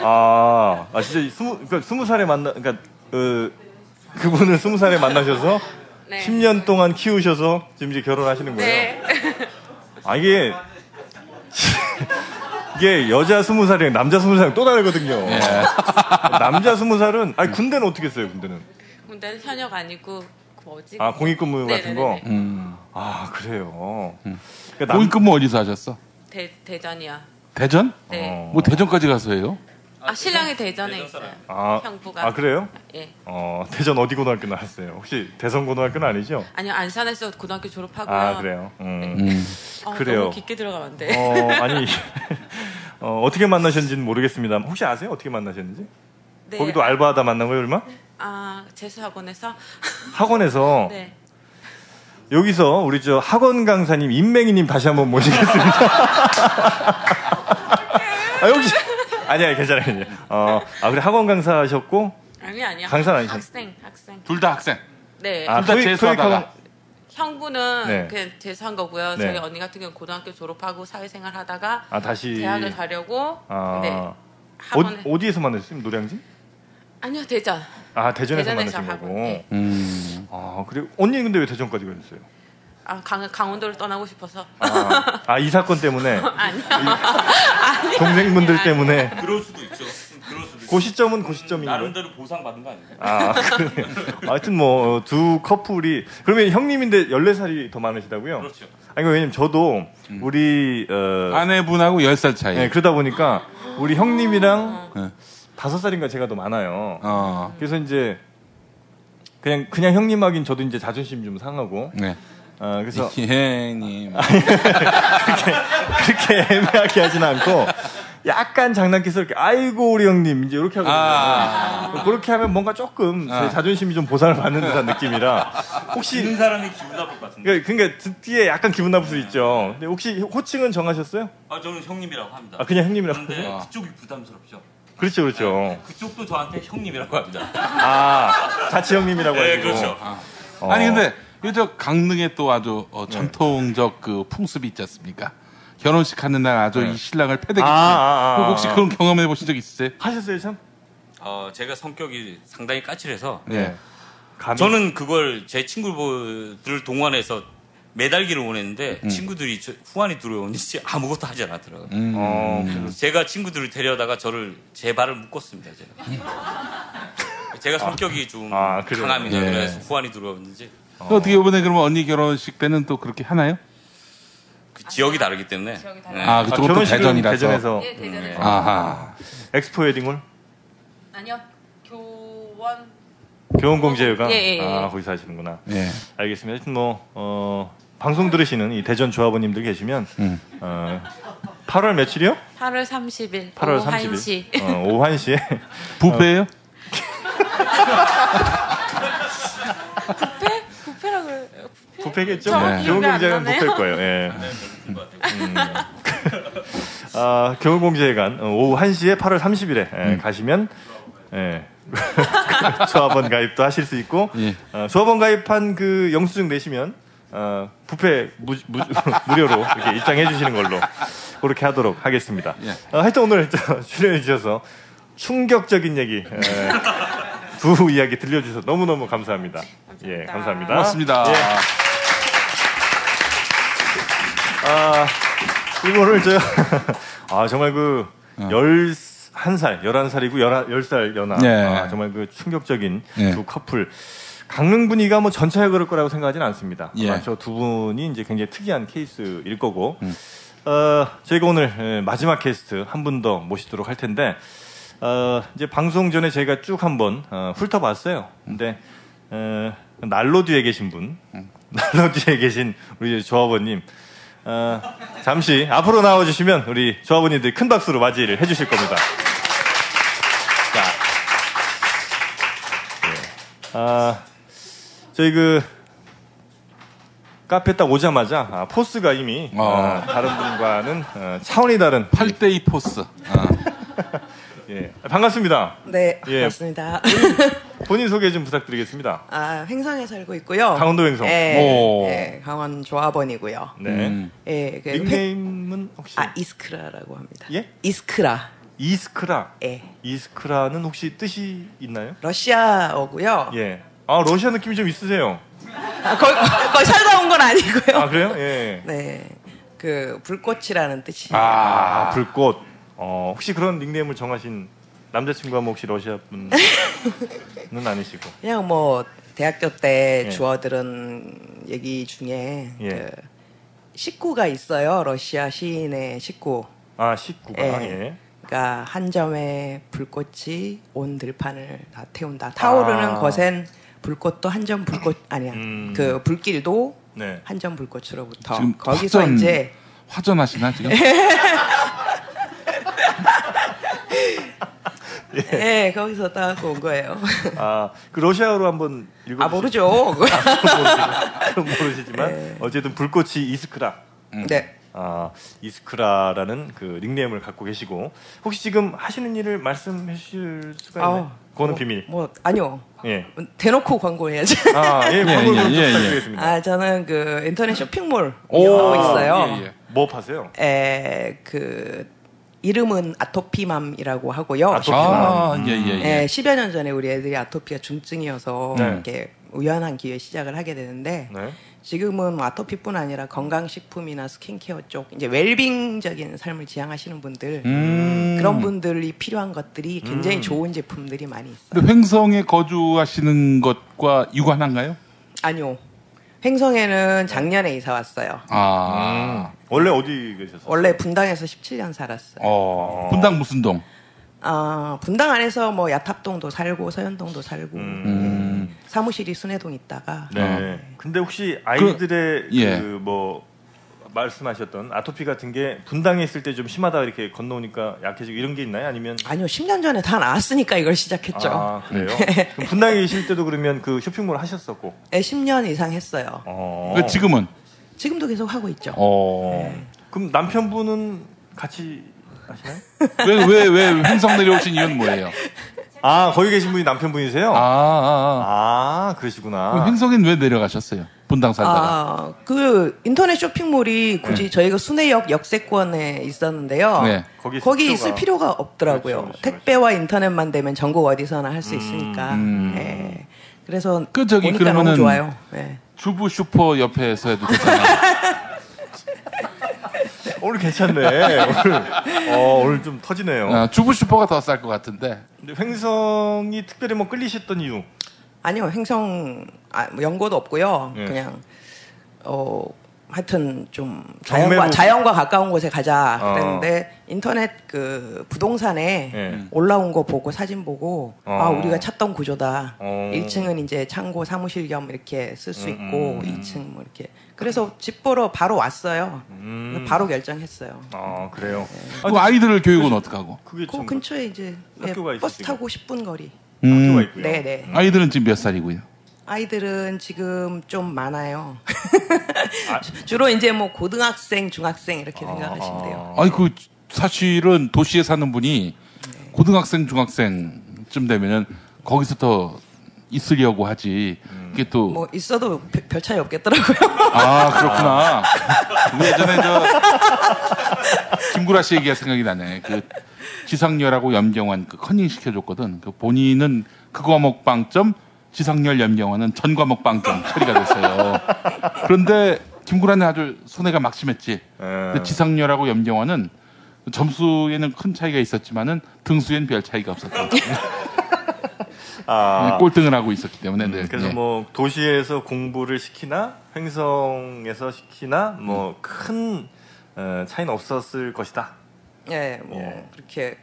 Speaker 2: 아, 아 진짜 이 스무 그러니까 스무 살에 만나 그러니까 그 그분을 스무 살에 만나셔서
Speaker 5: 네.
Speaker 2: 10년 동안 키우셔서 지금 이제 결혼하시는 거예요.
Speaker 5: 네.
Speaker 2: 아 이게 이게 여자 스무 살이랑 남자 스무 살이랑 또 다르거든요. 남자 스무 살은 아니 군대는 어떻게 써요 군대는?
Speaker 5: 근데 현역 아니고 그 뭐지?
Speaker 2: 아 공익근무 같은 거.
Speaker 5: 네네네네.
Speaker 3: 음.
Speaker 2: 아 그래요. 그러니까 남-
Speaker 3: 공익 근무 뭐 어디서 하셨어?
Speaker 5: 대, 대전이야.
Speaker 3: 대전?
Speaker 5: 네.
Speaker 2: 어.
Speaker 3: 뭐 대전까지 가서 해요?
Speaker 5: 아 신랑이 대전에 있어요.
Speaker 2: 아,
Speaker 5: 형부가.
Speaker 2: 아 그래요?
Speaker 5: 예.
Speaker 2: 어 대전 어디 고등학교 나왔어요? 혹시 대전 고등학교는 아니죠?
Speaker 5: 아니요 안산에서 고등학교 졸업하고요.
Speaker 2: 아 그래요. 음.
Speaker 5: 어,
Speaker 2: 그래요.
Speaker 5: 너무 깊게 들어가면 안 돼.
Speaker 2: 어, 아니 어, 떻게 만나셨는지는 모르겠습니다만 혹시 아세요? 어떻게 만나셨는지?
Speaker 5: 네.
Speaker 2: 거기도 알바하다 만난 거예요, 얼마?
Speaker 5: 아 재수학원에서
Speaker 2: 학원에서
Speaker 5: 네.
Speaker 2: 여기서 우리 저 학원 강사님 임맹이님 다시 한번 모시겠습니다. 아 여기 아니야 괜찮아요. 괜찮아요. 어, 아 그래 학원 강사하셨고
Speaker 5: 아니 아니요.
Speaker 2: 강사는 아니죠?
Speaker 5: 학생 학생.
Speaker 3: 둘 다 학생.
Speaker 5: 네.
Speaker 2: 아
Speaker 3: 둘다 재수하다가.
Speaker 2: 학원-
Speaker 5: 형부는
Speaker 2: 네.
Speaker 5: 그냥 재수한 거고요.
Speaker 2: 네.
Speaker 5: 저희 언니 같은 경우 는 고등학교 졸업하고 사회생활 하다가
Speaker 2: 아 다시
Speaker 5: 대학을 가려고
Speaker 2: 아
Speaker 5: 네.
Speaker 2: 어,
Speaker 5: 학원에
Speaker 2: 어디에서 만났어요? 노량진?
Speaker 5: 아니요 대전.
Speaker 2: 아 대전에서,
Speaker 5: 대전에서
Speaker 2: 만나신
Speaker 5: 하고,
Speaker 2: 거고.
Speaker 5: 네.
Speaker 3: 음.
Speaker 2: 아 그리고 언니 근데 왜 대전까지 가셨어요?
Speaker 5: 아 강, 강원도를 떠나고 싶어서.
Speaker 2: 아, 아, 이 사건 때문에
Speaker 5: 아니요.
Speaker 2: 동생분들 때문에
Speaker 6: 그럴 수도 있죠. 그럴 수도
Speaker 2: 그 시점은 그 시점인 거예요.
Speaker 6: 보상받은 거 아니에요?
Speaker 2: 아, 그래요? 하여튼 뭐 두 커플이 그러면 형님인데 14살이 더 많으시다고요?
Speaker 6: 그렇죠.
Speaker 2: 아니 왜냐면 저도 우리 어
Speaker 3: 아내분하고 10살 차이.
Speaker 2: 예, 그러다 보니까 우리 형님이랑
Speaker 3: 네.
Speaker 2: 다섯 살인가 제가 더 많아요.
Speaker 3: 어.
Speaker 2: 그래서 이제 그냥 그냥 형님 하긴 저도 이제 자존심 좀 상하고
Speaker 3: 네.
Speaker 2: 아, 그래서
Speaker 3: 기행님.
Speaker 2: 그렇게 애매하게 하진 않고 약간 장난기스럽게 아이고 우리 형님 이제 이렇게 하거든요.
Speaker 3: 아.
Speaker 2: 뭐 그렇게 하면 뭔가 조금 제
Speaker 3: 아.
Speaker 2: 자존심이 좀 보상을 받는 듯한 느낌이라 혹시
Speaker 6: 듣는 사람이 기분 나쁠 것 같은데.
Speaker 2: 예. 그러니까, 그러니까 듣기에 약간 기분 나쁠 수 있죠. 근데 혹시 호칭은 정하셨어요?
Speaker 6: 아 저는 형님이라고 합니다.
Speaker 2: 아 그냥 형님이라고.
Speaker 6: 그런데
Speaker 3: 아.
Speaker 6: 그쪽이 부담스럽죠.
Speaker 2: 그렇죠, 그렇죠.
Speaker 6: 그쪽도 저한테 형님이라고 합니다.
Speaker 2: 아 자치 형님이라고 하시고.
Speaker 6: 네, 그렇죠.
Speaker 2: 어. 네.
Speaker 3: 아니 근데 요저 강릉에 또 아주 어, 전통적 그 풍습이 있지 않습니까? 결혼식 하는 날 아주 이 신랑을 패대기
Speaker 2: 아,
Speaker 3: 치는.
Speaker 2: 아, 아, 아.
Speaker 3: 혹시 그런 경험해 보신 적 있으세요?
Speaker 2: 하셨어요 참?
Speaker 6: 어, 제가 성격이 상당히 까칠해서
Speaker 2: 음.
Speaker 3: 네.
Speaker 2: 감히.
Speaker 6: 저는 그걸 제 친구들을 동원해서 매달기를 원했는데
Speaker 2: 음.
Speaker 6: 친구들이 저- 후환이 들어오는지 아무것도 하지 않았더라고요.
Speaker 2: 어,
Speaker 3: 음,
Speaker 6: 제가 친구들을 데려다가 저를 제 발을 묶었습니다. 제가. 제가 성격이 좀
Speaker 2: 아, 그래요?
Speaker 6: 강합니다.
Speaker 3: 예.
Speaker 6: 그래서 후환이 들어오는지
Speaker 3: 어. 떻게 이번에 그러면 언니 결혼식 때는 또 그렇게 하나요?
Speaker 6: 그 지역이 다르기 때문에
Speaker 5: 지역이
Speaker 6: 네.
Speaker 3: 아 그쪽은 또
Speaker 2: 결혼식은
Speaker 3: 대전이라서.
Speaker 2: 대전에서
Speaker 5: 네, 대전에서.
Speaker 3: 아하.
Speaker 2: 엑스포 웨딩홀
Speaker 5: 아니요. 교원
Speaker 2: 교원공제회가
Speaker 5: 예, 예, 예.
Speaker 2: 아 거기서 하시는구나.
Speaker 3: 예.
Speaker 2: 알겠습니다. 하여튼 뭐 어, 방송 들으시는 이 대전 조합원님들 계시면
Speaker 3: 음.
Speaker 2: 어, 8월 며칠이요?
Speaker 5: 8월 30일
Speaker 2: 8월
Speaker 5: 오후
Speaker 2: 30일.
Speaker 5: 1시.
Speaker 2: 어, 오후 1시에 어.
Speaker 3: 부페예요?
Speaker 5: 부페라 그래.
Speaker 2: 부패겠죠?
Speaker 5: 저 기억이 안
Speaker 2: 교원공제회관
Speaker 5: 나네요.
Speaker 2: 부패일 거예요. 예. 음. 아, 교원공제회관 어, 오후 1시에 8월 30일에 가시면 예. 조합원 가입도 하실 수 있고
Speaker 3: 예.
Speaker 2: 어, 조합원 가입한 그 영수증 내시면 어, 부패 무, 료로 이렇게 입장해 주시는 걸로 그렇게 하도록 하겠습니다.
Speaker 3: 예.
Speaker 2: 어, 하여튼 오늘 저 출연해 주셔서 충격적인 얘기 에, 두 이야기 들려주셔서 너무너무 감사합니다. 예, 감사합니다.
Speaker 5: 감사합니다.
Speaker 3: 고맙습니다.
Speaker 2: 예. 아, 이거를 저, 아, 정말 그, 열, 한 살, 열한 살이고, 열한, 열살 연하.
Speaker 3: 예.
Speaker 2: 아, 정말 그 충격적인
Speaker 3: 예.
Speaker 2: 두 커플. 강릉 분위기가 뭐 전체에 그럴 거라고 생각하진 않습니다.
Speaker 3: 예.
Speaker 2: 저두 분이 이제 굉장히 특이한 케이스일 거고, 어, 저희가 오늘 에, 마지막 게스트 한 분 더 모시도록 할 텐데, 어, 이제 방송 전에 저희가 쭉 한번 어, 훑어봤어요. 근데 어, 난로 뒤에 계신 분, 난로 뒤에 계신 우리 조합원님, 어, 잠시 앞으로 나와주시면 우리 조합원님들 큰 박수로 맞이를 해주실 겁니다. 자, 예. 아, 저희 그 카페 딱 오자마자 아, 포스가 이미
Speaker 3: 어.
Speaker 2: 아, 다른 분과는 어, 차원이 다른
Speaker 3: 8대2 포스.
Speaker 2: 어,
Speaker 3: 아.
Speaker 2: 예, 반갑습니다.
Speaker 7: 네,
Speaker 2: 예. 음.
Speaker 7: 맞습니다.
Speaker 2: 본인 소개 좀 부탁드리겠습니다.
Speaker 7: 아, 횡성에 살고 있고요.
Speaker 2: 강원도 횡성.
Speaker 7: 예,
Speaker 3: 오.
Speaker 7: 예, 강원 조합원이고요.
Speaker 2: 네.
Speaker 7: 예, 그 팩-
Speaker 2: 닉네임은 혹시
Speaker 7: 아, 이스크라라고 합니다.
Speaker 2: 예?
Speaker 7: 이스크라.
Speaker 2: 이스크라.
Speaker 7: 예.
Speaker 2: 이스크라는 혹시 뜻이 있나요?
Speaker 7: 러시아어고요.
Speaker 2: 예. 아 러시아 느낌이 좀 있으세요.
Speaker 7: 아, 거의, 거의 살다 온 건 아니고요.
Speaker 2: 아 그래요? 예.
Speaker 7: 네. 그 불꽃이라는 뜻이.
Speaker 2: 아 불꽃. 어 혹시 그런 닉네임을 정하신 남자친구가 뭐 혹시 러시아 분은 아니시고.
Speaker 7: 그냥 뭐 대학교 때
Speaker 2: 예.
Speaker 7: 주워들은 얘기 중에
Speaker 2: 예.
Speaker 7: 그 식구가 있어요. 러시아 시인의 식구.
Speaker 2: 아 식구가.
Speaker 7: 예.
Speaker 2: 예.
Speaker 7: 그러니까 한 점의 불꽃이 온 들판을 다 태운다. 타오르는
Speaker 2: 아.
Speaker 7: 것엔 불꽃도 한 점 불꽃 아니야.
Speaker 2: 음.
Speaker 7: 그 불길도
Speaker 2: 네.
Speaker 7: 한 점 불꽃으로부터
Speaker 3: 지금
Speaker 7: 거기서
Speaker 3: 화전,
Speaker 7: 이제
Speaker 3: 화전하시나 지금?
Speaker 7: 예 거기서 따갖고 온 거예요.
Speaker 2: 아그 러시아어로 한번 읽어.
Speaker 7: 아 모르죠.
Speaker 2: 모르시지만 어쨌든 불꽃이 이스크라.
Speaker 3: 음.
Speaker 7: 네.
Speaker 2: 아, 이스크라라는 그 닉네임을 갖고 계시고 혹시 지금 하시는 일을 말씀해 주실 수가 있나요?
Speaker 7: 아,
Speaker 2: 그거는
Speaker 7: 뭐,
Speaker 2: 비밀.
Speaker 7: 뭐 아니요.
Speaker 2: 예.
Speaker 7: 대놓고 광고해야지.
Speaker 2: 아, 예, 광고 좀
Speaker 3: 예, 예,
Speaker 2: 부탁드리겠습니다.
Speaker 7: 아 저는 그 인터넷 쇼핑몰 운영하고 있어요.
Speaker 3: 예, 예.
Speaker 2: 뭐 파세요?
Speaker 7: 에, 그 이름은 아토피맘이라고 하고요.
Speaker 2: 아토피.
Speaker 3: 아,
Speaker 2: 음.
Speaker 3: 예, 예, 예.
Speaker 7: 예, 10여 년 전에 우리 애들이 아토피가 중증이어서
Speaker 2: 네.
Speaker 7: 이렇게 우연한 기회에 시작을 하게 되는데
Speaker 2: 네.
Speaker 7: 지금은 뭐 아토피뿐 아니라 건강식품이나 스킨케어 쪽 이제 웰빙적인 삶을 지향하시는 분들
Speaker 3: 음.
Speaker 7: 그런 분들이 필요한 것들이 굉장히 좋은 제품들이 많이 있어요.
Speaker 3: 근데 횡성에 거주하시는 것과 유관한가요?
Speaker 7: 아니요. 횡성에는 작년에 이사 왔어요.
Speaker 2: 음.
Speaker 3: 아,
Speaker 7: 음.
Speaker 2: 원래 어디 계셨어요?
Speaker 7: 원래 분당에서 17년 살았어요.
Speaker 3: 어, 분당 무슨 동?
Speaker 7: 아, 분당 안에서 뭐 야탑동도 살고 서현동도 살고
Speaker 3: 음.
Speaker 7: 사무실이 순회동 있다가
Speaker 3: 어.
Speaker 2: 네. 근데 혹시 아이들의 그 뭐
Speaker 3: 예.
Speaker 2: 말씀하셨던 아토피 같은 게 분당에 있을 때 좀 심하다 이렇게 건너오니까 약해지고 이런 게 있나요? 아니면
Speaker 7: 아니요, 10년 전에 다 나왔으니까 이걸 시작했죠. 음.
Speaker 2: 아 그래요? 그럼 분당에 계실 때도 그러면 그 쇼핑몰 하셨었고
Speaker 7: 네, 10년 이상 했어요.
Speaker 2: 어.
Speaker 3: 그 지금은
Speaker 7: 지금도 계속 하고 있죠.
Speaker 3: 어,
Speaker 2: 그럼 남편분은 같이 하시나요?
Speaker 3: 왜 왜 왜 행성 내려오신 이유는 뭐예요?
Speaker 2: 아 거기 계신 분이 남편분이세요? 아,
Speaker 3: 아, 아, 아.
Speaker 2: 그러시구나.
Speaker 3: 그럼 행성인 왜 내려가셨어요? 분당 살다가
Speaker 7: 아, 그 인터넷 쇼핑몰이 굳이 저희가 순회역 역세권에 있었는데요.
Speaker 3: 네.
Speaker 2: 거기
Speaker 7: 거기,
Speaker 2: 있을
Speaker 7: 있을
Speaker 2: 필요가
Speaker 7: 필요가 없더라고요.
Speaker 2: 그렇죠, 그렇죠,
Speaker 7: 택배와 인터넷만 되면 전국 어디서나 할 수 있으니까. 예. 그래서
Speaker 3: 음, 그 저기
Speaker 7: 보니까
Speaker 3: 그러면은
Speaker 7: 너무 좋아요. 예.
Speaker 3: 주부 슈퍼 옆에서 해도 괜찮아요.
Speaker 2: 오늘 괜찮네. 오늘 어, 오늘 좀 터지네요.
Speaker 3: 아, 주부 슈퍼가 더 쌀 것 같은데.
Speaker 2: 근데 횡성이 특별히 뭐 끌리셨던 이유?
Speaker 7: 아니요, 행성 아, 뭐 연고도 없고요.
Speaker 2: 네.
Speaker 7: 그냥 어 하여튼 좀
Speaker 2: 경매로-
Speaker 7: 자연과 자연과 가까운 곳에 가자
Speaker 2: 어.
Speaker 7: 그랬는데 인터넷 그 부동산에
Speaker 2: 예.
Speaker 7: 올라온 거 보고 사진 보고
Speaker 2: 어.
Speaker 7: 아 우리가 찾던 구조다.
Speaker 2: 어.
Speaker 7: 1층은 이제 창고 사무실 겸 이렇게 쓸 수
Speaker 2: 음,
Speaker 7: 있고 2층 뭐 이렇게 그래서 집 보러 바로 왔어요.
Speaker 2: 음.
Speaker 7: 바로 결정했어요.
Speaker 2: 아 그래요.
Speaker 3: 그 아이들을 교육은 어떡하고?
Speaker 2: 그게
Speaker 7: 그
Speaker 2: 참
Speaker 7: 네. 근처에 이제 예,
Speaker 2: 학교가
Speaker 7: 버스
Speaker 2: 있으니까.
Speaker 7: 타고 10분 거리.
Speaker 2: 학교가
Speaker 3: 음,
Speaker 2: 있고요.
Speaker 7: 네, 네.
Speaker 3: 아이들은 지금 몇 살이고요?
Speaker 7: 아이들은 지금 좀 많아요.
Speaker 2: 아.
Speaker 7: 주- 주로 이제 뭐 고등학생, 중학생 이렇게 생각하시면 돼요.
Speaker 3: 아니 그 사실은 도시에 사는 분이 고등학생 중학생쯤 되면은 거기서 더 있으려고 하지. 이게 또
Speaker 7: 뭐 있어도 별- 별 차이 없겠더라고요.
Speaker 3: 아 그렇구나. 우리 예전에 저 김구라 씨 얘기가 생각이 나네. 그 지상렬하고 염경환 그 컨닝 시켜줬거든. 그 본인은 그 과목 빵점, 지상렬 염경환은 전 과목 빵점 처리가 됐어요. 그런데 김구라는 아주 손해가 막심했지.
Speaker 7: 예.
Speaker 3: 근데 그 지상렬하고 염경환은 점수에는 큰 차이가 있었지만은 등수에는 별 차이가 없었다.
Speaker 2: 아,
Speaker 3: 꼴등을 하고 있었기 때문에. 음. 네.
Speaker 2: 그래서
Speaker 3: 예.
Speaker 2: 뭐 도시에서 공부를 시키나 횡성에서 시키나
Speaker 3: 음.
Speaker 2: 뭐 큰 어, 차이는 없었을 것이다.
Speaker 7: 예, 뭐
Speaker 2: 예.
Speaker 7: 그렇게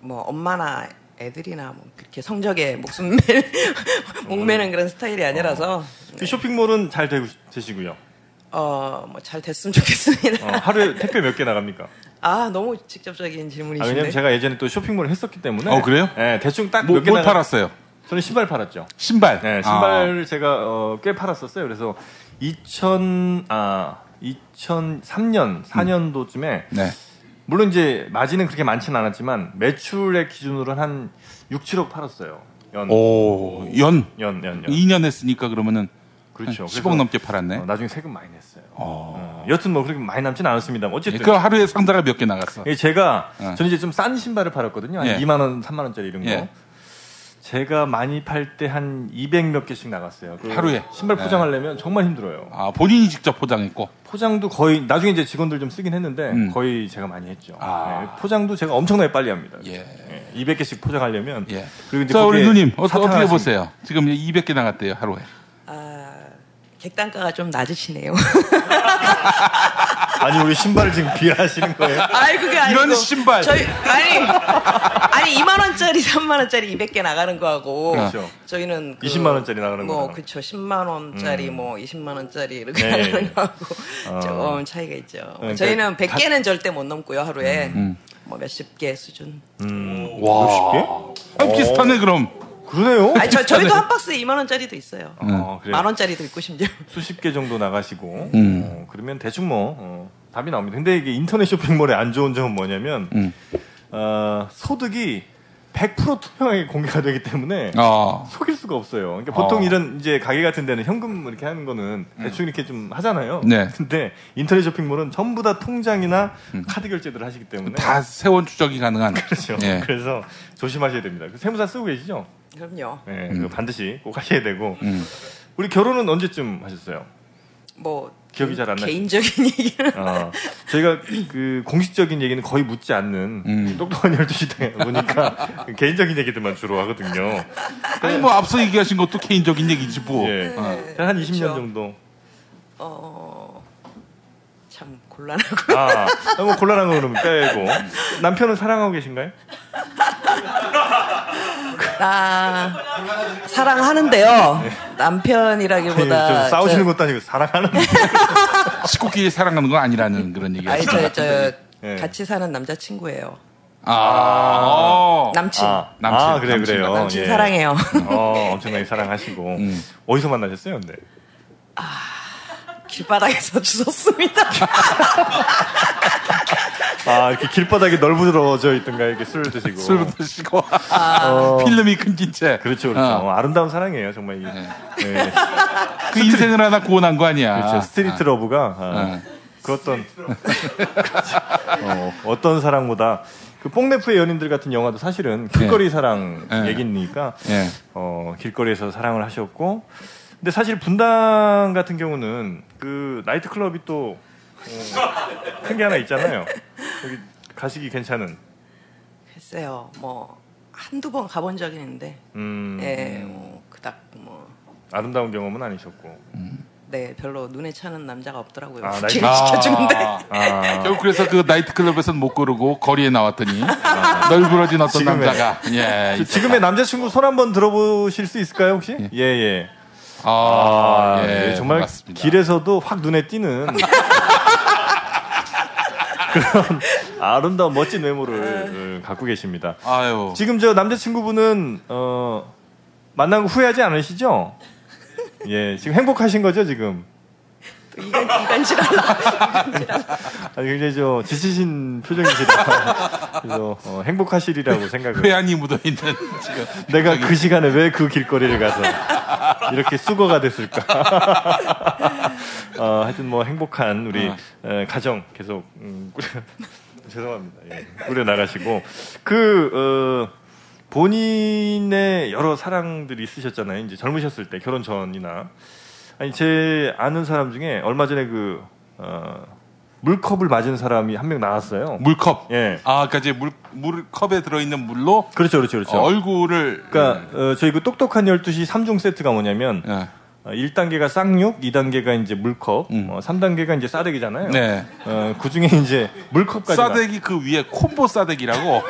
Speaker 7: 뭐 엄마나 애들이나 뭐 그렇게 성적에 목숨 매- 목매는 그런 스타일이 아니라서
Speaker 2: 그 쇼핑몰은 잘 되고 되시고요.
Speaker 7: 어, 뭐 잘 됐으면 좋겠습니다.
Speaker 2: 어, 하루에 택배 몇 개 나갑니까?
Speaker 7: 아, 너무
Speaker 2: 아,
Speaker 7: 직접적인
Speaker 2: 왜냐면
Speaker 7: 질문이신데.
Speaker 2: 제가 예전에 또 쇼핑몰을 했었기 때문에.
Speaker 3: 어, 그래요?
Speaker 2: 예, 대충 딱
Speaker 3: 뭐,
Speaker 2: 몇 개
Speaker 3: 뭘
Speaker 2: 나가.
Speaker 3: 팔았어요?
Speaker 2: 저는 신발 팔았죠.
Speaker 3: 신발.
Speaker 2: 네,
Speaker 3: 아.
Speaker 2: 신발을 제가 어, 꽤 팔았었어요. 그래서 2000, 아, 2003년,
Speaker 3: 음.
Speaker 2: 4년도쯤에
Speaker 3: 네.
Speaker 2: 물론 이제 마진은 그렇게 많지는 않았지만 매출의 기준으로는 한 6, 7억 팔았어요. 연,
Speaker 3: 오, 연.
Speaker 2: 연, 연, 연.
Speaker 3: 2년 했으니까 그러면은
Speaker 2: 예. 그렇죠.
Speaker 3: 한
Speaker 2: 그래서,
Speaker 3: 10억 넘게 팔았네.
Speaker 2: 어, 나중에 세금 많이 냈어요. 어, 여튼 뭐 그렇게 많이 남지는 않았습니다. 뭐
Speaker 3: 예,
Speaker 2: 어쨌든
Speaker 3: 그 하루에 상자가 몇 개 나갔어.
Speaker 2: 예, 제가
Speaker 3: 어.
Speaker 2: 저는 이제 좀 싼 신발을 팔았거든요. 한
Speaker 3: 예.
Speaker 2: 2만 원, 3만 원짜리 이런 거.
Speaker 3: 예.
Speaker 2: 제가 많이 팔 때 한 200 몇 개씩 나갔어요. 그
Speaker 3: 하루에?
Speaker 2: 신발
Speaker 3: 예.
Speaker 2: 포장하려면 정말 힘들어요.
Speaker 3: 아, 본인이 직접 포장했고.
Speaker 2: 포장도 거의 나중에 이제 직원들 좀 쓰긴 했는데
Speaker 3: 음.
Speaker 2: 거의 제가 많이 했죠.
Speaker 3: 아.
Speaker 2: 예, 포장도 제가 엄청나게 빨리 합니다.
Speaker 3: 예.
Speaker 2: 200개씩 포장하려면
Speaker 3: 예.
Speaker 2: 그리고 이제
Speaker 3: 자, 우리
Speaker 2: 거기에
Speaker 3: 누님, 어,
Speaker 2: 사탕
Speaker 3: 어떻게
Speaker 2: 하나씩-
Speaker 3: 보세요? 지금 200개 나갔대요, 하루에.
Speaker 7: 아, 객단가가 좀 낮으시네요.
Speaker 2: 아니 우리 신발을 지금 비하하시는 거예요?
Speaker 7: 아이 그게 아니고
Speaker 3: 이런 신발.
Speaker 7: 저희 아니 아니 2만 원짜리 3만 원짜리 200개 나가는 거하고
Speaker 2: 그렇죠.
Speaker 7: 저희는 그
Speaker 2: 20만 원짜리 나가는
Speaker 7: 뭐
Speaker 2: 거랑.
Speaker 7: 그쵸 10만 원짜리 뭐 20만 원짜리 이렇게
Speaker 2: 네. 어.
Speaker 7: 나가는 거하고 조금 차이가 있죠.
Speaker 2: 그러니까 음,
Speaker 7: 저희는 100개는 절대 못 넘고요 하루에 뭐 몇십 개 수준.
Speaker 2: 와.
Speaker 3: 아, 비슷하네, 그럼.
Speaker 2: 그러네요.
Speaker 7: 아니 저 저희도 한 박스에 2만 원짜리도 있어요.
Speaker 2: 어, 그래요.
Speaker 7: 만 원짜리도 있고 심지어.
Speaker 2: 수십 개 정도 나가시고
Speaker 3: 네. 음.
Speaker 2: 어, 그러면 대충 뭐 어, 답이 나옵니다. 근데 이게 인터넷 쇼핑몰의 안 좋은 점은 뭐냐면
Speaker 3: 음.
Speaker 2: 어, 소득이 100% 투명하게 공개가 되기 때문에
Speaker 3: 어.
Speaker 2: 속일 수가 없어요. 그러니까 보통
Speaker 3: 어.
Speaker 2: 이런 이제 가게 같은 데는 현금 이렇게 하는 거는
Speaker 7: 음.
Speaker 2: 대충 이렇게 좀 하잖아요.
Speaker 3: 네.
Speaker 2: 근데 인터넷 쇼핑몰은 전부 다 통장이나 카드 결제들을 하시기 때문에
Speaker 3: 음. 다 세원 추적이 가능한.
Speaker 2: 그렇죠.
Speaker 3: 예.
Speaker 2: 그래서 조심하셔야 됩니다. 그 세무사 쓰고 계시죠?
Speaker 7: 그럼요.
Speaker 2: 네, 그거 반드시 꼭 하셔야 되고.
Speaker 3: 음.
Speaker 2: 우리 결혼은 언제쯤 하셨어요?
Speaker 7: 뭐
Speaker 2: 기억이 잘안 나죠?
Speaker 7: 개인적인 얘기는
Speaker 2: 어, 저희가 그 공식적인 얘기는 거의 묻지 않는
Speaker 3: 음.
Speaker 2: 똑똑한 12시다 보니까 개인적인 얘기들만 주로 하거든요.
Speaker 3: 아니, 뭐, 앞서 얘기하신 것도 개인적인 얘기지, 뭐.
Speaker 2: 예.
Speaker 3: 어.
Speaker 2: 제가 한 20년
Speaker 7: 그렇죠.
Speaker 2: 정도.
Speaker 7: 어참 곤란하고.
Speaker 2: 아, 너무 곤란한 거는 빼고. 남편은 사랑하고 계신가요?
Speaker 7: 아, 사랑하는데요. 남편이라기보다
Speaker 2: 예, 좀 싸우시는
Speaker 7: 저-
Speaker 2: 것도 아니고 사랑하는.
Speaker 3: 식구끼리 사랑하는 건 아니라는 그런 얘기
Speaker 7: 아니 저, 저
Speaker 2: 예.
Speaker 7: 같이 사는 남자친구예요.
Speaker 3: 아, 어.
Speaker 7: 남친.
Speaker 2: 아,
Speaker 3: 남친,
Speaker 2: 아, 그래
Speaker 3: 남친.
Speaker 2: 그래요.
Speaker 7: 남친
Speaker 2: 예.
Speaker 7: 사랑해요.
Speaker 2: 어, 엄청나게 사랑하시고
Speaker 3: 음.
Speaker 2: 어디서 만나셨어요, 근데?
Speaker 7: 길바닥에서 주웠습니다.
Speaker 2: 아 이렇게 길바닥이 넓어져 있던가 이렇게 술을 드시고. 아,
Speaker 3: 술 드시고 필름이 끊긴 채
Speaker 2: 어. 그렇죠, 그렇죠.
Speaker 3: 어.
Speaker 2: 어, 아름다운 사랑이에요, 정말 이게. 예.
Speaker 3: 그 인생을 하나 구원한 거 아니야
Speaker 2: 그렇죠. 스트리트 러브가 아, 그 어떤 어, 떤 사랑보다 그 뽕네프의 연인들 같은 영화도 사실은 길거리 사랑
Speaker 3: 예.
Speaker 2: 얘기니까
Speaker 3: 예.
Speaker 2: 어, 길거리에서 사랑을 하셨고 근데 사실 분당 같은 경우는 그 나이트 클럽이 또 어, 큰 게 하나 있잖아요. 여기 가시기 괜찮은.
Speaker 7: 글쎄요, 뭐 한두 번 가본 적이 있는데,
Speaker 2: 음,
Speaker 7: 예, 뭐, 그닥 뭐,
Speaker 2: 아름다운 경험은 아니셨고.
Speaker 7: 네, 별로 눈에 차는 남자가 없더라고요.
Speaker 2: 아, 나이-
Speaker 7: 제가 시켜주는데.
Speaker 3: 아.
Speaker 2: 아,
Speaker 3: 결국 그래서 그 나이트클럽에서는 못 고르고 거리에 나왔더니 아, 널브러진 어떤
Speaker 2: 지금의-
Speaker 3: 남자가 예
Speaker 2: 저 지금의 남자친구 손 한번 들어보실 수 있을까요 혹시? 예 예.
Speaker 3: 아,
Speaker 2: 아,
Speaker 3: 예,
Speaker 2: 예, 정말
Speaker 3: 반갑습니다.
Speaker 2: 길에서도 확 눈에 띄는 그런 아름다운 멋진
Speaker 3: 예.
Speaker 2: 외모를 갖고 계십니다.
Speaker 3: 아유
Speaker 2: 지금 저 남자친구분은 어, 만난 거 후회하지 않으시죠? 예, 지금 행복하신 거죠 지금?
Speaker 7: 또 이간 이간질하다.
Speaker 2: 아니, 굉장히 저 지치신 표정이시라 그래서 어, 행복하시리라고 생각을.
Speaker 3: 회한이 묻어있는 지금
Speaker 2: 내가 그 시간에 왜 그 길거리를 가서 이렇게 수거가 됐을까? 어, 하여튼 뭐 행복한 우리
Speaker 3: 아.
Speaker 2: 에, 가정 계속 음, 꾸려, 죄송합니다. 예, 꾸려 나가시고 그 어, 본인의 여러 사랑들이 있으셨잖아요. 이제 젊으셨을 때 결혼 전이나 아니 제 아는 사람 중에 얼마 전에 그 어, 물컵을 맞은 사람이 한 명 나왔어요.
Speaker 3: 물컵
Speaker 2: 예.
Speaker 3: 아 그러니까 이제 물, 물컵에 들어있는 물로
Speaker 2: 그렇죠, 그렇죠, 그렇죠.
Speaker 3: 어, 얼굴을 네.
Speaker 2: 그러니까 어, 저희 그 똑똑한 12시 3종 세트가 뭐냐면
Speaker 3: 예.
Speaker 2: 어, 1단계가 쌍욕, 2단계가 이제 물컵,
Speaker 3: 음.
Speaker 2: 어, 3단계가 이제 싸대기잖아요.
Speaker 3: 네.
Speaker 2: 어, 그 중에 이제 물컵까지
Speaker 3: 싸대기 그 위에 콤보 싸대기라고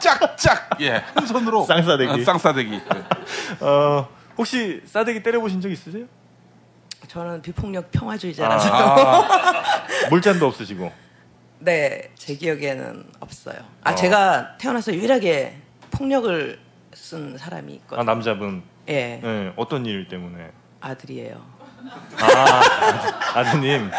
Speaker 3: 짝짝 예한 손으로
Speaker 2: 쌍싸대기. 네.
Speaker 3: 아, 쌍싸대기
Speaker 2: 나- 어, 혹시 싸대기 때려보신 적 있으세요?
Speaker 7: 저는 비폭력 평화주의자라서,
Speaker 3: 아
Speaker 2: 물잔도 없으시고.
Speaker 7: 네, 제 기억에는 없어요. 아, 제가 태어나서 유일하게 폭력을 쓴 사람이
Speaker 2: 아,
Speaker 7: 있거든요.
Speaker 2: 남자분.
Speaker 7: 예,
Speaker 2: 예, 어떤 일 때문에.
Speaker 7: 아들이에요.
Speaker 2: 아, 드, 님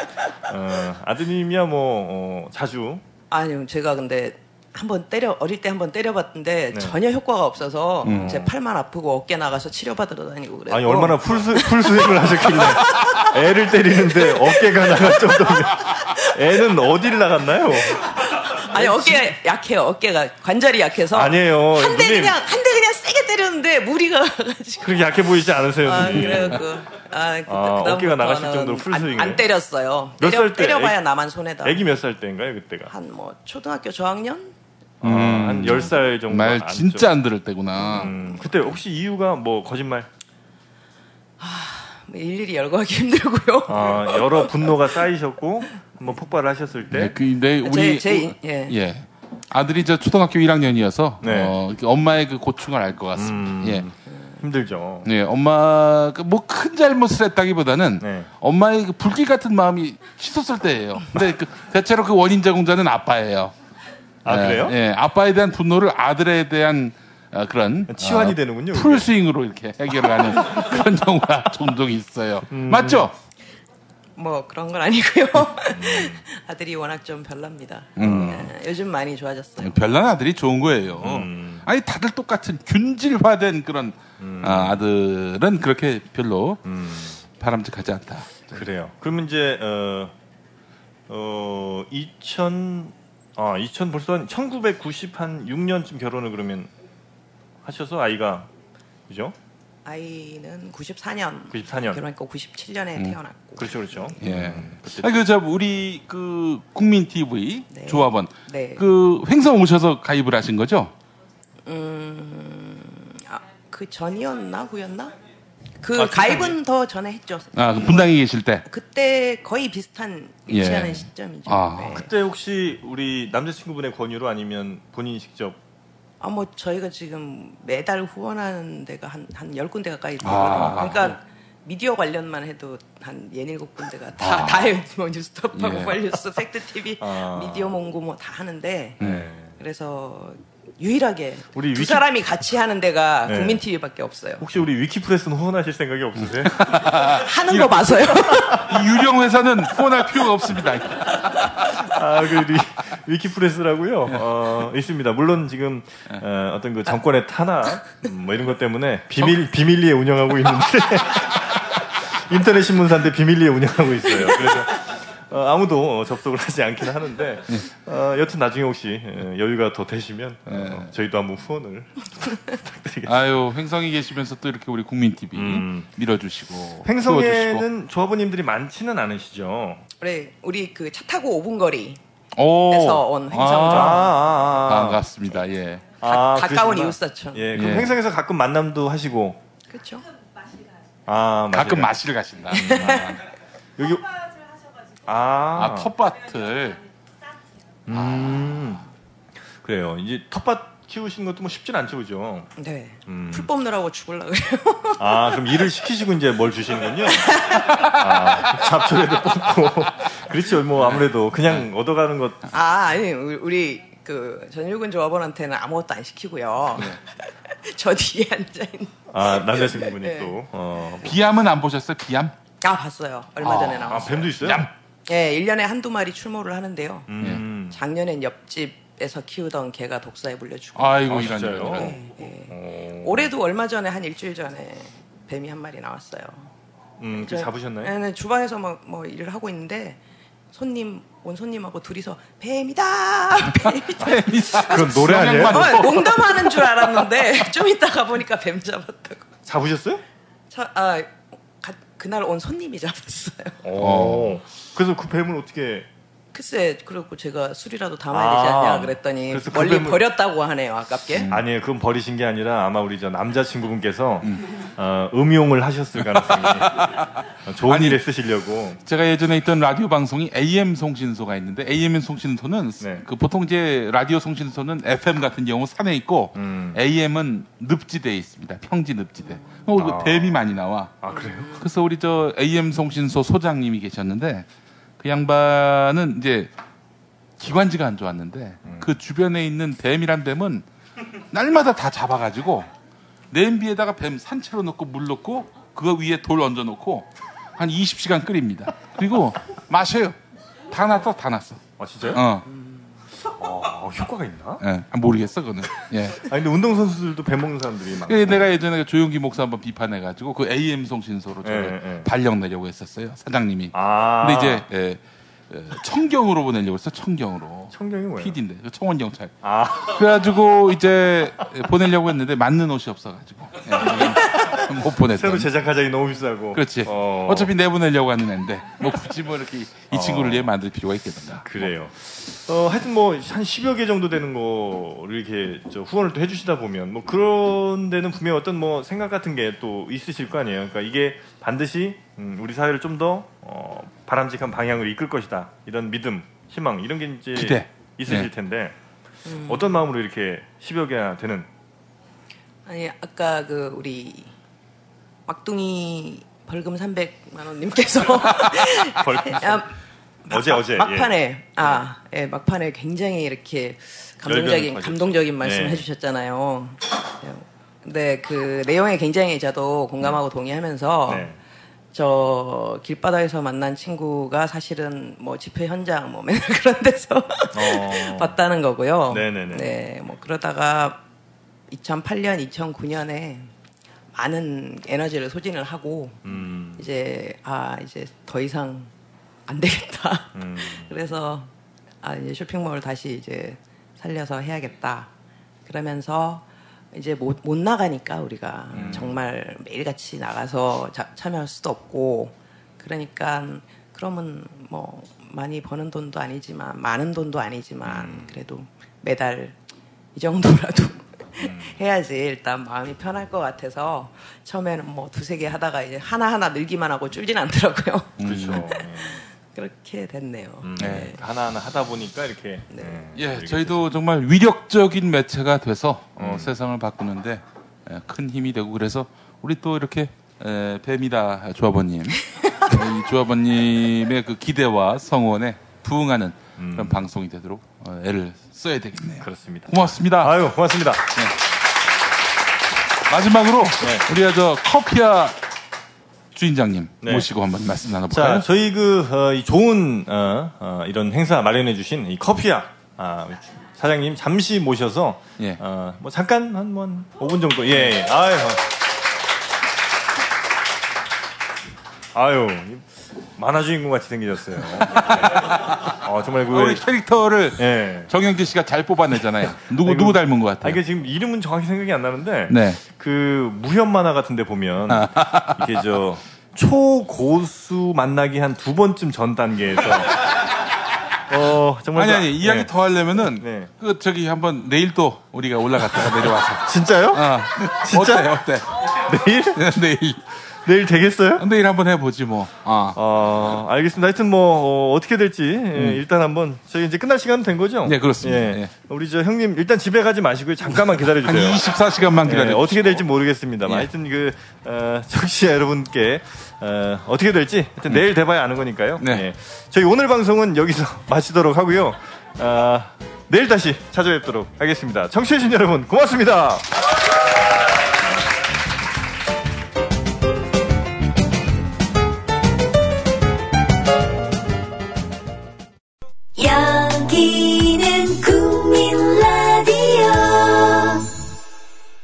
Speaker 2: 어, 아드님이야 뭐, 어, 자주.
Speaker 7: 아니요, 제가 근데 한번 때려 어릴 때 한번 때려봤는데
Speaker 2: 네. 음.
Speaker 7: 전혀 효과가 없어서 제 팔만 아프고 어깨 나가서 치료받으러 다니고 그래요.
Speaker 2: 아니, 얼마나 풀스, 풀스윙을 하셨길래. 애를 때리는데 어깨가 나갈 정도면. 애는 어디를 나갔나요?
Speaker 7: 아니 어깨 약해요. 어깨가 관절이 약해서
Speaker 2: 아니에요. 어,
Speaker 7: 한 대
Speaker 2: 누님.
Speaker 7: 그냥 한 대 그냥 세게 때렸는데 무리가 가지고
Speaker 2: 그렇게 약해 보이지 않으세요,
Speaker 7: 아,
Speaker 2: 누님.
Speaker 7: 그래갖고 아, 그,
Speaker 2: 아,
Speaker 7: 그다음부터는
Speaker 2: 어깨가 나가실 정도로 풀
Speaker 7: 안-
Speaker 2: 스윙을?
Speaker 7: 안, 때렸어요.
Speaker 2: 몇살
Speaker 7: 때려,
Speaker 2: 때?
Speaker 7: 때려봐야
Speaker 2: 애기-
Speaker 7: 나만 손해다.
Speaker 2: 애기 몇 살 때인가요, 그때가?
Speaker 7: 한 뭐 초등학교 저학년?
Speaker 2: 아, 한 10살 정도.
Speaker 3: 음. 말
Speaker 2: 아, 안쪽.
Speaker 3: 진짜 안 들을 때구나
Speaker 2: 음, 그때 혹시 이유가 뭐 거짓말?
Speaker 7: 뭐 일일이 열거하기 힘들고요.
Speaker 2: 아, 여러 분노가 쌓이셨고 한번 폭발을 하셨을
Speaker 3: 네,
Speaker 2: 때
Speaker 3: 근데 우리
Speaker 7: 아, 제, 제 예.
Speaker 3: 예. 아들이 저 초등학교 1학년이어서
Speaker 2: 네.
Speaker 3: 어, 그 엄마의 그 고충을 알 것 같습니다.
Speaker 2: 음.
Speaker 3: 예.
Speaker 2: 힘들죠.
Speaker 3: 네, 엄마 뭐 큰 잘못을 했다기보다는
Speaker 2: 네.
Speaker 3: 엄마의 그 불길 같은 마음이 치솟을 때예요. 근데 그 대체로 그 원인 제공자는 아빠예요.
Speaker 2: 아,
Speaker 3: 예,
Speaker 2: 그래요?
Speaker 3: 예, 아빠에 대한 분노를 아들에 대한 어, 그런
Speaker 2: 치환이
Speaker 3: 어,
Speaker 2: 되는군요, 그게.
Speaker 3: 풀 스윙으로 이렇게 해결하는 그런 경우가 종종 있어요.
Speaker 2: 음.
Speaker 3: 맞죠?
Speaker 7: 뭐 그런 건 아니고요. 아들이 워낙 좀 별납니다. 예, 요즘 많이 좋아졌어요.
Speaker 3: 음, 별난 아들이 좋은 거예요.
Speaker 2: 음.
Speaker 3: 아니 다들 똑같은 균질화된 그런 아, 들은 그렇게 별로
Speaker 2: 음.
Speaker 3: 바람직하지 않다.
Speaker 2: 그래요. 그러면 이제 어, 어 2000, 아, 2000 벌써 한 1990 한 6년쯤 결혼을 그러면 하셔서 아이가 그죠?
Speaker 7: 아이는 94년
Speaker 2: 94년.
Speaker 7: 결혼했고 97년에 태어났고
Speaker 2: 그렇죠, 그렇죠.
Speaker 3: 예.
Speaker 2: 그때-
Speaker 3: 아니 그저 우리 그 국민 TV
Speaker 7: 네.
Speaker 3: 조합원
Speaker 7: 네.
Speaker 3: 그 행성 오셔서 가입을 하신 거죠?
Speaker 7: 아, 그 전이었나 후였나? 그
Speaker 2: 아,
Speaker 7: 가입은 더 전에 했죠.
Speaker 3: 아그 분당에 계실 때.
Speaker 7: 그때 거의 비슷한
Speaker 3: 예.
Speaker 7: 위치하는 시점이죠.
Speaker 3: 아.
Speaker 7: 네.
Speaker 2: 그때 혹시 우리 남자친구분의 권유로 아니면 본인이 직접
Speaker 7: 아, 뭐 저희가 지금 매달 후원하는 데가 한 한 열 군데 가까이 있거든요.
Speaker 3: 아.
Speaker 7: 그러니까 미디어 관련만 해도 한 예닐곱 군데가 다 다해 뭐 뉴스톱하고
Speaker 3: 예.
Speaker 7: 관뉴스 팩트 TV
Speaker 2: 아.
Speaker 7: 미디어 몽고 뭐 다 하는데
Speaker 2: 네.
Speaker 7: 그래서 유일하게
Speaker 2: 우리
Speaker 7: 두
Speaker 2: 위키-
Speaker 7: 사람이 같이 하는 데가
Speaker 2: 네.
Speaker 7: 국민 TV밖에 없어요.
Speaker 2: 혹시 우리 위키프레스는 후원하실 생각이 없으세요? 아,
Speaker 7: 하는
Speaker 2: 그
Speaker 7: 거 봐서요.
Speaker 3: 이 유령 회사는 후원할 필요가 없습니다.
Speaker 2: 아, 그 리- 위키프레스라고요.
Speaker 3: 네.
Speaker 2: 어, 있습니다. 물론 지금 어, 어떤 그 정권의 탄압 음, 뭐 이런 것
Speaker 3: 어.
Speaker 2: 때문에 비밀 비밀리에 운영하고 있는데 인터넷 신문사인데 비밀리에 운영하고 있어요. 그래서 어, 아무도 접속을 하지 않긴 하는데
Speaker 3: 네.
Speaker 2: 어, 여튼 나중에 혹시 어, 여유가 더 되시면 어, 저희도 한번 후원을 부탁드리겠습니다.
Speaker 3: 네. 아유 횡성이 계시면서 또 이렇게 우리 국민 TV
Speaker 2: 음.
Speaker 3: 밀어주시고 키워주시고.
Speaker 2: 횡성에는 조합원님들이 많지는 않으시죠?
Speaker 7: 우리 우리 그 차 타고 5분 거리
Speaker 3: 오.
Speaker 7: 에서 온 횡성조.
Speaker 3: 아,
Speaker 2: 아,
Speaker 3: 반갑습니다. 예.
Speaker 2: 아,
Speaker 7: 가-
Speaker 2: 그러시구나.
Speaker 7: 가까운 이웃사촌.
Speaker 2: 예, 그럼
Speaker 3: 예.
Speaker 2: 횡성에서 가끔 만남도 하시고
Speaker 7: 그렇죠.
Speaker 2: 아, 맞아요. 음.
Speaker 3: 가끔 마실 가신다. 아,
Speaker 2: 여기 아,
Speaker 3: 아 텃밭을
Speaker 2: 음. 그래요. 이제 텃밭 키우시는 것도 뭐 쉽진 않죠, 그죠?
Speaker 7: 네. 풀 뽑느라고 죽을라 그래요.
Speaker 2: 아, 그럼 일을 시키시고 이제 뭘 주시는군요. 아, 잡초에도 뽑고. 그렇죠. 뭐 아무래도 그냥
Speaker 3: 네.
Speaker 2: 얻어가는 것.
Speaker 7: 아, 아니 우리- 우리 그 전일군 조합원한테는 아무것도 안 시키고요.
Speaker 2: 네.
Speaker 7: 저 뒤에 앉아 있는.
Speaker 2: 아, 남자친구분이
Speaker 7: 네.
Speaker 2: 또. 어.
Speaker 3: 비암은 안 보셨어요? 비암?
Speaker 7: 아, 봤어요. 얼마 전에
Speaker 2: 아,
Speaker 7: 나왔어요.
Speaker 2: 뱀도 있어요?
Speaker 3: 얌.
Speaker 7: 예, 1년에 한두 마리 출몰을 하는데요.
Speaker 3: 예.
Speaker 2: 음.
Speaker 7: 작년엔 옆집에서 키우던 개가 독사에 물려주고
Speaker 3: 아이고
Speaker 2: 아,
Speaker 3: 이런
Speaker 2: 진짜요?
Speaker 3: 이런.
Speaker 7: 올해도 얼마 전에 한 일주일 전에 뱀이 한 마리 나왔어요.
Speaker 2: 음, 그 잡으셨나요?
Speaker 7: 네, 네, 주방에서 막 뭐 일을 하고 있는데 손님 온 손님하고 둘이서 뱀이다. 뱀이다.
Speaker 2: 아, 그건 노래 아니에요?
Speaker 3: 성향만-
Speaker 7: 어, 농담하는 줄 알았는데 좀 이따가 보니까 뱀 잡았다고.
Speaker 2: 잡으셨어요?
Speaker 7: 저, 아, 가- 그날 온 손님이 잡았어요.
Speaker 2: 오. 그래서 그 뱀을 어떻게
Speaker 7: 글쎄, 그렇고 제가 술이라도 담아야 되지
Speaker 2: 아,
Speaker 7: 않냐 그랬더니
Speaker 2: 그래서 음. 그
Speaker 7: 멀리
Speaker 2: 뱀을-
Speaker 7: 버렸다고 하네요, 아깝게.
Speaker 3: 음.
Speaker 2: 아니에요. 그건 버리신 게 아니라 아마 우리 저 남자친구분께서
Speaker 3: 음.
Speaker 2: 어, 음용을 하셨을 가능성이 좋은
Speaker 3: 아니,
Speaker 2: 일에 쓰시려고.
Speaker 3: 제가 예전에 있던 라디오 방송이 AM 송신소가 있는데 AM 송신소는
Speaker 2: 네.
Speaker 3: 그 보통 이제 라디오 송신소는 FM 같은 경우 산에 있고
Speaker 2: 음.
Speaker 3: AM은 늪지대에 있습니다. 평지 늪지대. 어, 그
Speaker 2: 아.
Speaker 3: 뱀이 많이 나와.
Speaker 2: 아 그래요?
Speaker 3: 그래서 우리 저 AM 송신소 소장님이 계셨는데 그 양반은 이제 기관지가 안 좋았는데
Speaker 2: 음.
Speaker 3: 그 주변에 있는 뱀이란 뱀은 날마다 다 잡아가지고 냄비에다가 뱀 산채로 넣고 물 넣고 그거 위에 돌 얹어 놓고 한 20시간 끓입니다. 그리고 마셔요. 다 났어, 다 났어.
Speaker 2: 아 진짜요?
Speaker 3: 어,
Speaker 2: 어, 효과가 있나?
Speaker 3: 예. 아, 모르겠어, 그거는. 예.
Speaker 2: 아 근데 운동 선수들도 배 먹는 사람들이 많아.
Speaker 3: 그 내가 예전에 그 조용기 목사 한번 비판해가지고 그 AM 송신소로 저를
Speaker 2: 예, 예.
Speaker 3: 발령 내려고 했었어요. 사장님이.
Speaker 2: 아.
Speaker 3: 근데 이제 예, 예, 청경으로 보내려고 했어 청경으로
Speaker 2: 청경이 뭐예요?
Speaker 3: PD인데 그 청원 경찰
Speaker 2: 아
Speaker 3: 그래가지고 이제 보내려고 했는데 맞는 옷이 없어가지고 예, 못 보냈어
Speaker 2: 새로 제작하자니 너무 비싸고.
Speaker 3: 그렇지
Speaker 2: 어,
Speaker 3: 어... 차피 내보내려고 하는 애인데 뭐 굳이 뭐 이렇게 이 친구를 위해 만들 필요가 있겠는가
Speaker 2: 그래요. 어 하여튼 뭐 한 10여 개 정도 되는 거를 이렇게 저 후원을 또 해주시다 보면 뭐 그런 데는 분명히 어떤 뭐 생각 같은 게 또 있으실 거 아니에요. 그러니까 이게 반드시 음, 우리 사회를 좀 더 어, 바람직한 방향으로 이끌 것이다. 이런 믿음, 희망 이런 게 이제
Speaker 3: 기대.
Speaker 2: 있으실
Speaker 3: 네.
Speaker 2: 텐데 어떤 마음으로 이렇게 10여 개나 되는
Speaker 7: 아니 아까 그 우리 막둥이 벌금 300만 원님께서
Speaker 2: 벌
Speaker 7: 아, 야,
Speaker 2: 어제 예. 어제
Speaker 7: 막판에 아 예, 막판에 굉장히 이렇게
Speaker 2: 열변을
Speaker 7: 감동적인
Speaker 2: 가졌죠.
Speaker 7: 감동적인 말씀을
Speaker 2: 네.
Speaker 7: 해주셨잖아요. 근데 그 내용에 굉장히 저도 공감하고 동의하면서
Speaker 2: 예. 네.
Speaker 7: 저 길바닥에서 만난 친구가 사실은 뭐 집회 현장 뭐 맨날 그런 데서
Speaker 2: 어.
Speaker 7: 봤다는 거고요.
Speaker 2: 네네네.
Speaker 7: 네, 뭐 그러다가 2008년, 2009년에 많은 에너지를 소진을 하고
Speaker 2: 음.
Speaker 7: 이제 아 이제 더 이상 안 되겠다.
Speaker 2: 음.
Speaker 7: 그래서 아 이제 쇼핑몰을 다시 이제 살려서 해야겠다. 그러면서 이제 못, 못 나가니까 우리가 정말 매일같이 나가서 자- 참여할 수도 없고 그러니까 그러면 뭐 많이 버는 돈도 아니지만 많은 돈도 아니지만 그래도 매달 이 정도라도 해야지 일단 마음이 편할 것 같아서 처음에는 뭐 두세 개 하다가 이제 하나하나 늘기만 하고 줄진 않더라고요.
Speaker 2: 그렇죠.
Speaker 3: 음.
Speaker 7: 그렇게 됐네요.
Speaker 2: 예. 네. 하나하나 하다 보니까 이렇게 네.
Speaker 3: 예,
Speaker 2: 이렇게
Speaker 3: 저희도 정말 위력적인
Speaker 2: 음.
Speaker 3: 매체가 돼서 어, 세상을 바꾸는데 예, 큰 힘이 되고 그래서 우리 또 이렇게 에, 뱀이다 조합원님. 이 조합원님의 그 기대와 성원에 부응하는 그런 방송이 되도록 어, 애를 써야 되겠네요.
Speaker 2: 음. 그렇습니다.
Speaker 3: 고맙습니다.
Speaker 2: 아유, 고맙습니다.
Speaker 3: 마지막으로 우리가 저 커피야 주인장님
Speaker 2: 네.
Speaker 3: 모시고 한번 말씀 나눠볼까요?
Speaker 2: 자, 저희 그, 어, 이 좋은, 어, 어, 이런 행사 마련해주신 이 커피야, 아, 사장님 잠시 모셔서,
Speaker 3: 예.
Speaker 2: 어, 뭐 잠깐 한, 뭐, 한 5분 정도, 예, 예. 아유. 아유, 이 만화 주인공 같이 생기셨어요. 어, 정말 그,
Speaker 3: 아, 우리 캐릭터를
Speaker 2: 예.
Speaker 3: 정영진 씨가 잘 뽑아내잖아요. 누구
Speaker 2: 아이고.
Speaker 3: 누구 닮은 것
Speaker 2: 아,
Speaker 3: 같아요?
Speaker 2: 이게 지금 이름은 정확히 생각이 안 나는데,
Speaker 3: 네. 아.
Speaker 2: 그 무협 만화 같은 데 보면, 이게 저, 초고수 만나기 한 두 번쯤 전 단계에서, 어, 정말.
Speaker 3: 아니
Speaker 2: 그-
Speaker 3: 아니 이야기
Speaker 2: 네.
Speaker 3: 더 하려면은
Speaker 2: 네.
Speaker 3: 그 저기 한번 내일 또 우리가 올라갔다가 내려와서
Speaker 2: 진짜요?
Speaker 3: 아
Speaker 2: 진짜?
Speaker 3: 어때
Speaker 2: 내일?
Speaker 3: 어때 내일
Speaker 2: 내일 되겠어요?
Speaker 3: 내일 한번 해보지 뭐 아.
Speaker 2: 어, 알겠습니다. 하여튼 뭐, 어, 떻게 될지, 예, 일단 한번, 저희 이제 끝날 시간 된 거죠?
Speaker 3: 음. 네, 그렇습니다. 예.
Speaker 2: 우리 저 형님, 일단 집에 가지 마시고요. 잠깐만
Speaker 3: 한
Speaker 2: 기다려주세요.
Speaker 3: 24시간만
Speaker 2: 예,
Speaker 3: 기다려
Speaker 2: 어떻게 될지 모르겠습니다만
Speaker 3: 네. 예.
Speaker 2: 하여튼 그 어, 청취자 여러분께 어, 어떻게 될지 하여튼 내일 돼봐야 아는 거니까요.
Speaker 3: 음. 네.
Speaker 2: 예. 저희 오늘 방송은 여기서 마치도록 어, 하고요. 아, 내일 다시 찾아뵙도록 하겠습니다. 청취해주신 여러분 고맙습니다.